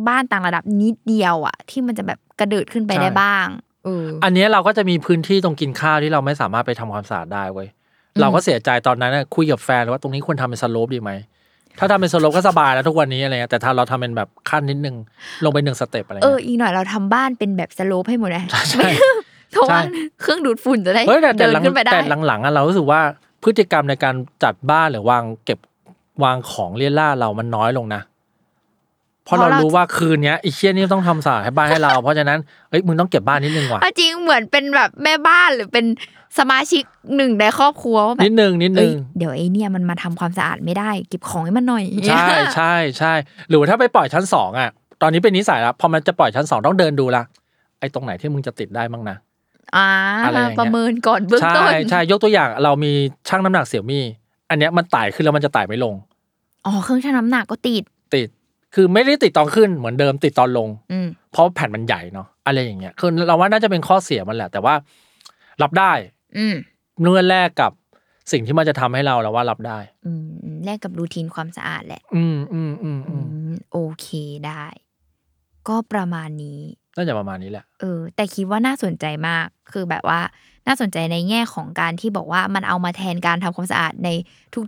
[SPEAKER 1] บ้านต่างระดับนิดเดียวอ่ะ ที่มันจะแบบกระเดิดขึ้นไปได้บ้างเอออ
[SPEAKER 2] อันเนี้ยเราก็จะมีพื้นที่ตรงกินข้าวที่เราไม่สามารถไปทำความสะอาดได้เว้ย
[SPEAKER 1] อืม
[SPEAKER 2] เราก็เสียใจตอนนั้นน่ะคุยกับแฟนว่าตรงนี้ควรทำเป็นสโลปดีไหมถ้าทำเป็นสโลปก็สบายแล้วทุกวันนี้อะไรเงี้ยแต่ถ้าเราทำเป็นแบบขั้นนิดนึงลงไปหนึ่งสเต็ปอะไร
[SPEAKER 1] เออ
[SPEAKER 2] เงี้ย
[SPEAKER 1] อีกหน่อยเราทำบ้านเป็นแบบสโลปให้หมดเลย
[SPEAKER 2] ใช่ใช่
[SPEAKER 1] ไม่เพราะว่า
[SPEAKER 2] ใช่
[SPEAKER 1] เครื่องดูดฝุ่นจะได้
[SPEAKER 2] เฮ้ยแต่
[SPEAKER 1] เดิ
[SPEAKER 2] แต่
[SPEAKER 1] น
[SPEAKER 2] หลัง
[SPEAKER 1] ขึ้นไปได้
[SPEAKER 2] แต่หลังๆอ่ะเรารู้สึกว่าพฤติกรรมในการจัดบ้านหรือวางเก็บวางของเลี่ยล่าเรามันน้อยลงนะเพราะ
[SPEAKER 1] เพ
[SPEAKER 2] เรา
[SPEAKER 1] ราะเรารู้
[SPEAKER 2] รู้ว่าคืนเนี้ยไอีเชี่ยนี่ต้องทำสะอาดให้บ้านให้เรา เพราะฉะนั้นเอ้ยมึงต้องเก็บบ้านนิดนึงว่ะ
[SPEAKER 1] เอาจริงเหมือนเป็นแบบแม่บ้านหรือเป็นสมาชิกหนึ่งในครอบครัวว่าแบ
[SPEAKER 2] นิ
[SPEAKER 1] บ
[SPEAKER 2] ดนึงนิด
[SPEAKER 1] เอ้
[SPEAKER 2] นึ
[SPEAKER 1] ย
[SPEAKER 2] ง
[SPEAKER 1] เดี๋ยวไอ้เนี่ยมันมาทำความสะอาดไม่ได้เก็บของให้มันหน่อย
[SPEAKER 2] ใช่ใช่ใช่หรือว่าถ้าไปปล่อยชั้นสองอ่ะ ตอนนี้เป็นนิสัยแล้วพอมันจะปล่อยชั้นสองต้องเดินดูละไอ้ตรงไหนที่มึงจะติดได้บ้างนะ
[SPEAKER 1] อ่า
[SPEAKER 2] อะไรอย่างเงี้ย
[SPEAKER 1] ประเมินก่อนเบื้อง
[SPEAKER 2] ใช่
[SPEAKER 1] ต้น
[SPEAKER 2] ใช่ยกตัวอย่างเรามีช่างน้ำหนักเสี่ยวมี่ อันเนี้ยมันไต่ขึ้นแล้วมันจะไต่ไม่ลง
[SPEAKER 1] อ๋อเครื่องชั่งน้ำหนักก็ติด
[SPEAKER 2] ติด คือไม่ได้ติดตอนขึ้นเหมือนเดิมติดตอนลง
[SPEAKER 1] อืม
[SPEAKER 2] เพราะแผ่นมันใหญ่เนาะอะไรอย่างเงี้ยคือเราว่าน่าจะเป็นข้อเสียมันแหละ แต่ว่ารับได้
[SPEAKER 1] อืม
[SPEAKER 2] เนื่อแรกกับสิ่งที่มันจะทำให้เราเราว่ารับได้
[SPEAKER 1] อืมอืมแลกกับรูทีนความสะอาดแหละ
[SPEAKER 2] อืมอืมอืมอื
[SPEAKER 1] อื
[SPEAKER 2] ม
[SPEAKER 1] มโอเคได้ ก็ประมาณนี้
[SPEAKER 2] น่าจะประมาณนี้แหละ
[SPEAKER 1] เออ แต่คิดว่าน่าสนใจมาก คือแบบว่าน่าสนใจในแง่ของการที่บอกว่ามันเอามาแทนการทำความสะอาดใน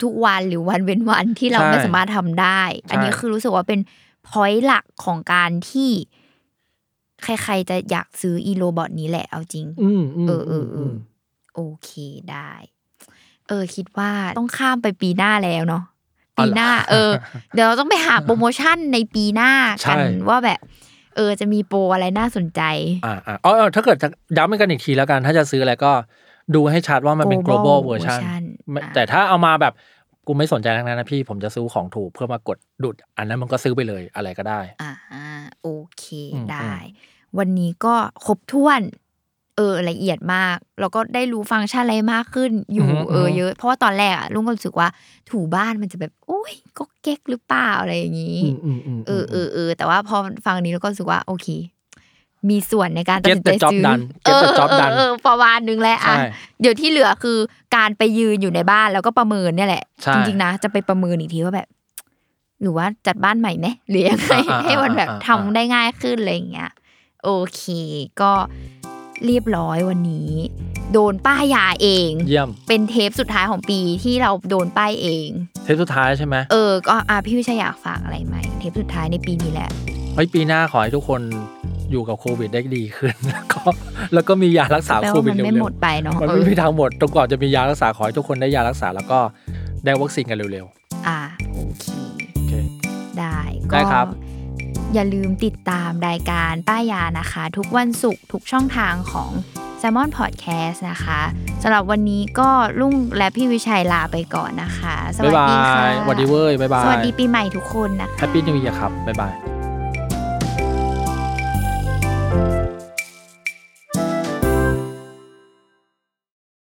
[SPEAKER 1] ทุกๆวันหรือวันเว้นวันที่เรา
[SPEAKER 2] ใช่
[SPEAKER 1] ไม่สามารถทำได้ อันนี้
[SPEAKER 2] ใช่
[SPEAKER 1] คือรู้สึกว่าเป็นพอยต์หลักของการที่ ใครๆจะอยากซื้ออีโรบอทนี้แหละเอาจริง
[SPEAKER 2] อืมอืม
[SPEAKER 1] เออเออเออ โอเคได้ เออ คิดว่าต้องข้ามไปปีหน้าแล้วเนาะ
[SPEAKER 2] อ๋อ
[SPEAKER 1] ปี
[SPEAKER 2] เหรอ
[SPEAKER 1] หน้า เอ อ เดี๋ยวเราต้องไปหาโปรโมชั่นในปีหน้ากั
[SPEAKER 2] ใช่
[SPEAKER 1] นว่าแบบ เออ จะมีโปรอะไรน่าสนใจ
[SPEAKER 2] อ่าอ่าเออเออถ้าเกิดจะย้ำกันอีกทีแล้วกัน ถ้าจะซื้ออะไรก็ดูให้ชัดว่ามันเป็น
[SPEAKER 1] Global
[SPEAKER 2] global version
[SPEAKER 1] version
[SPEAKER 2] ไม่
[SPEAKER 1] อ่ะ
[SPEAKER 2] แต่ถ้าเอามาแบบกูไม่สนใจทั้งนั้นนะพี่ผมจะซื้อของถูกเพื่อมากดดุด อันนั้นมันก็ซื้อไปเลยอะไรก็ได้
[SPEAKER 1] อ่าโอเค
[SPEAKER 2] อืม
[SPEAKER 1] ได้
[SPEAKER 2] อื
[SPEAKER 1] วันนี้ก็ครบถ้วน เออละเอียดมาก แล้วก็ได้รู้ฟังก์ชันอะไรมากขึ้นอยู่เออเยอะ เพราะว่าตอนแรกอะลุงก็รู้สึกว่าถูบ้านมันจะแบบโอ้ยก็เก๊กหรือเปล่าอะไรอย่างนี้
[SPEAKER 2] อืมอืมอืม
[SPEAKER 1] เออเออเออแต่ว่าพอฟังอันนี้แล้วก็รู้สึกว่า โอเค มีส่วนในการตัด
[SPEAKER 2] เก็
[SPEAKER 1] สิน
[SPEAKER 2] ตเด
[SPEAKER 1] ใจ
[SPEAKER 2] อะจ็อบ
[SPEAKER 1] ซื้อ
[SPEAKER 2] ดัน
[SPEAKER 1] เอ
[SPEAKER 2] เก็ต
[SPEAKER 1] อ
[SPEAKER 2] เดอะจ็อบ
[SPEAKER 1] เอ
[SPEAKER 2] ดั
[SPEAKER 1] อน เออประมาณนึงแหล้วอ่ะ
[SPEAKER 2] ใช่
[SPEAKER 1] เดี๋ยวที่เหลือคือการไปยืนอยู่ในบ้านแล้วก็ประเมินเนี่ยแหละ
[SPEAKER 2] ใช่
[SPEAKER 1] จริงๆนะจะไปประเมินอีกทีว่าแบบ หรือว่าจัดบ้านใหม่ไหมหรือยังไง
[SPEAKER 2] อ่าอ่าอ่า
[SPEAKER 1] ให้มันแบบ
[SPEAKER 2] อ่าอ่า
[SPEAKER 1] ทำได้ง่ายขึ้นอะไรอย่างเงี้ยโอเค ก็เรียบร้อยวันนี้ โดนป้ายาเอง
[SPEAKER 2] เยี่ยม
[SPEAKER 1] เป็นเทปสุดท้ายของปีที่เราโดนป้ายเอง
[SPEAKER 2] เทปสุดท้ายใช่ไหม
[SPEAKER 1] เออ ก็อ่ะพี่วิชยอยากฝากอะไรไหมเทปสุดท้ายในปีนี้แหละ
[SPEAKER 2] เฮ้ยปีหน้าขอให้ทุกคนอยู่กับโควิดได้ดีขึ้น แล้วก็แล้วก็มียารักษา
[SPEAKER 1] แปล
[SPEAKER 2] โค
[SPEAKER 1] ว่า
[SPEAKER 2] วิด
[SPEAKER 1] มัน
[SPEAKER 2] เร็
[SPEAKER 1] ไม่หม
[SPEAKER 2] ว
[SPEAKER 1] ดไปเนาะ
[SPEAKER 2] ๆมัน
[SPEAKER 1] เออ
[SPEAKER 2] ไม่มีทางหมดจนกว่าจะมียารักษาขอให้ทุกคนได้ยารักษาแล้วก็ได้วัคซีนกันเร็ว
[SPEAKER 1] อ่าโอเค
[SPEAKER 2] ๆโอเค
[SPEAKER 1] ได้
[SPEAKER 2] ได้
[SPEAKER 1] ก็
[SPEAKER 2] ครับ
[SPEAKER 1] อย่าลืมติดตามรายการป้ายยานะคะ ทุกวันศุกร์ทุกช่องทางของ s ซ m o n Podcast นะคะสำหรับวันนี้ก็ลุงและพี่วิชัยลาไปก่อนนะคะ ส
[SPEAKER 2] บ๊า
[SPEAKER 1] วั
[SPEAKER 2] ย
[SPEAKER 1] ส
[SPEAKER 2] บา
[SPEAKER 1] ดีค่ะ
[SPEAKER 2] ยสวัสดีเว้ยบ๊ายบาย
[SPEAKER 1] สวัสดีปีใหม่ทุกคนนะคะ
[SPEAKER 2] แฮปปี้นิวเยียร์ครับ บ๊ายบาย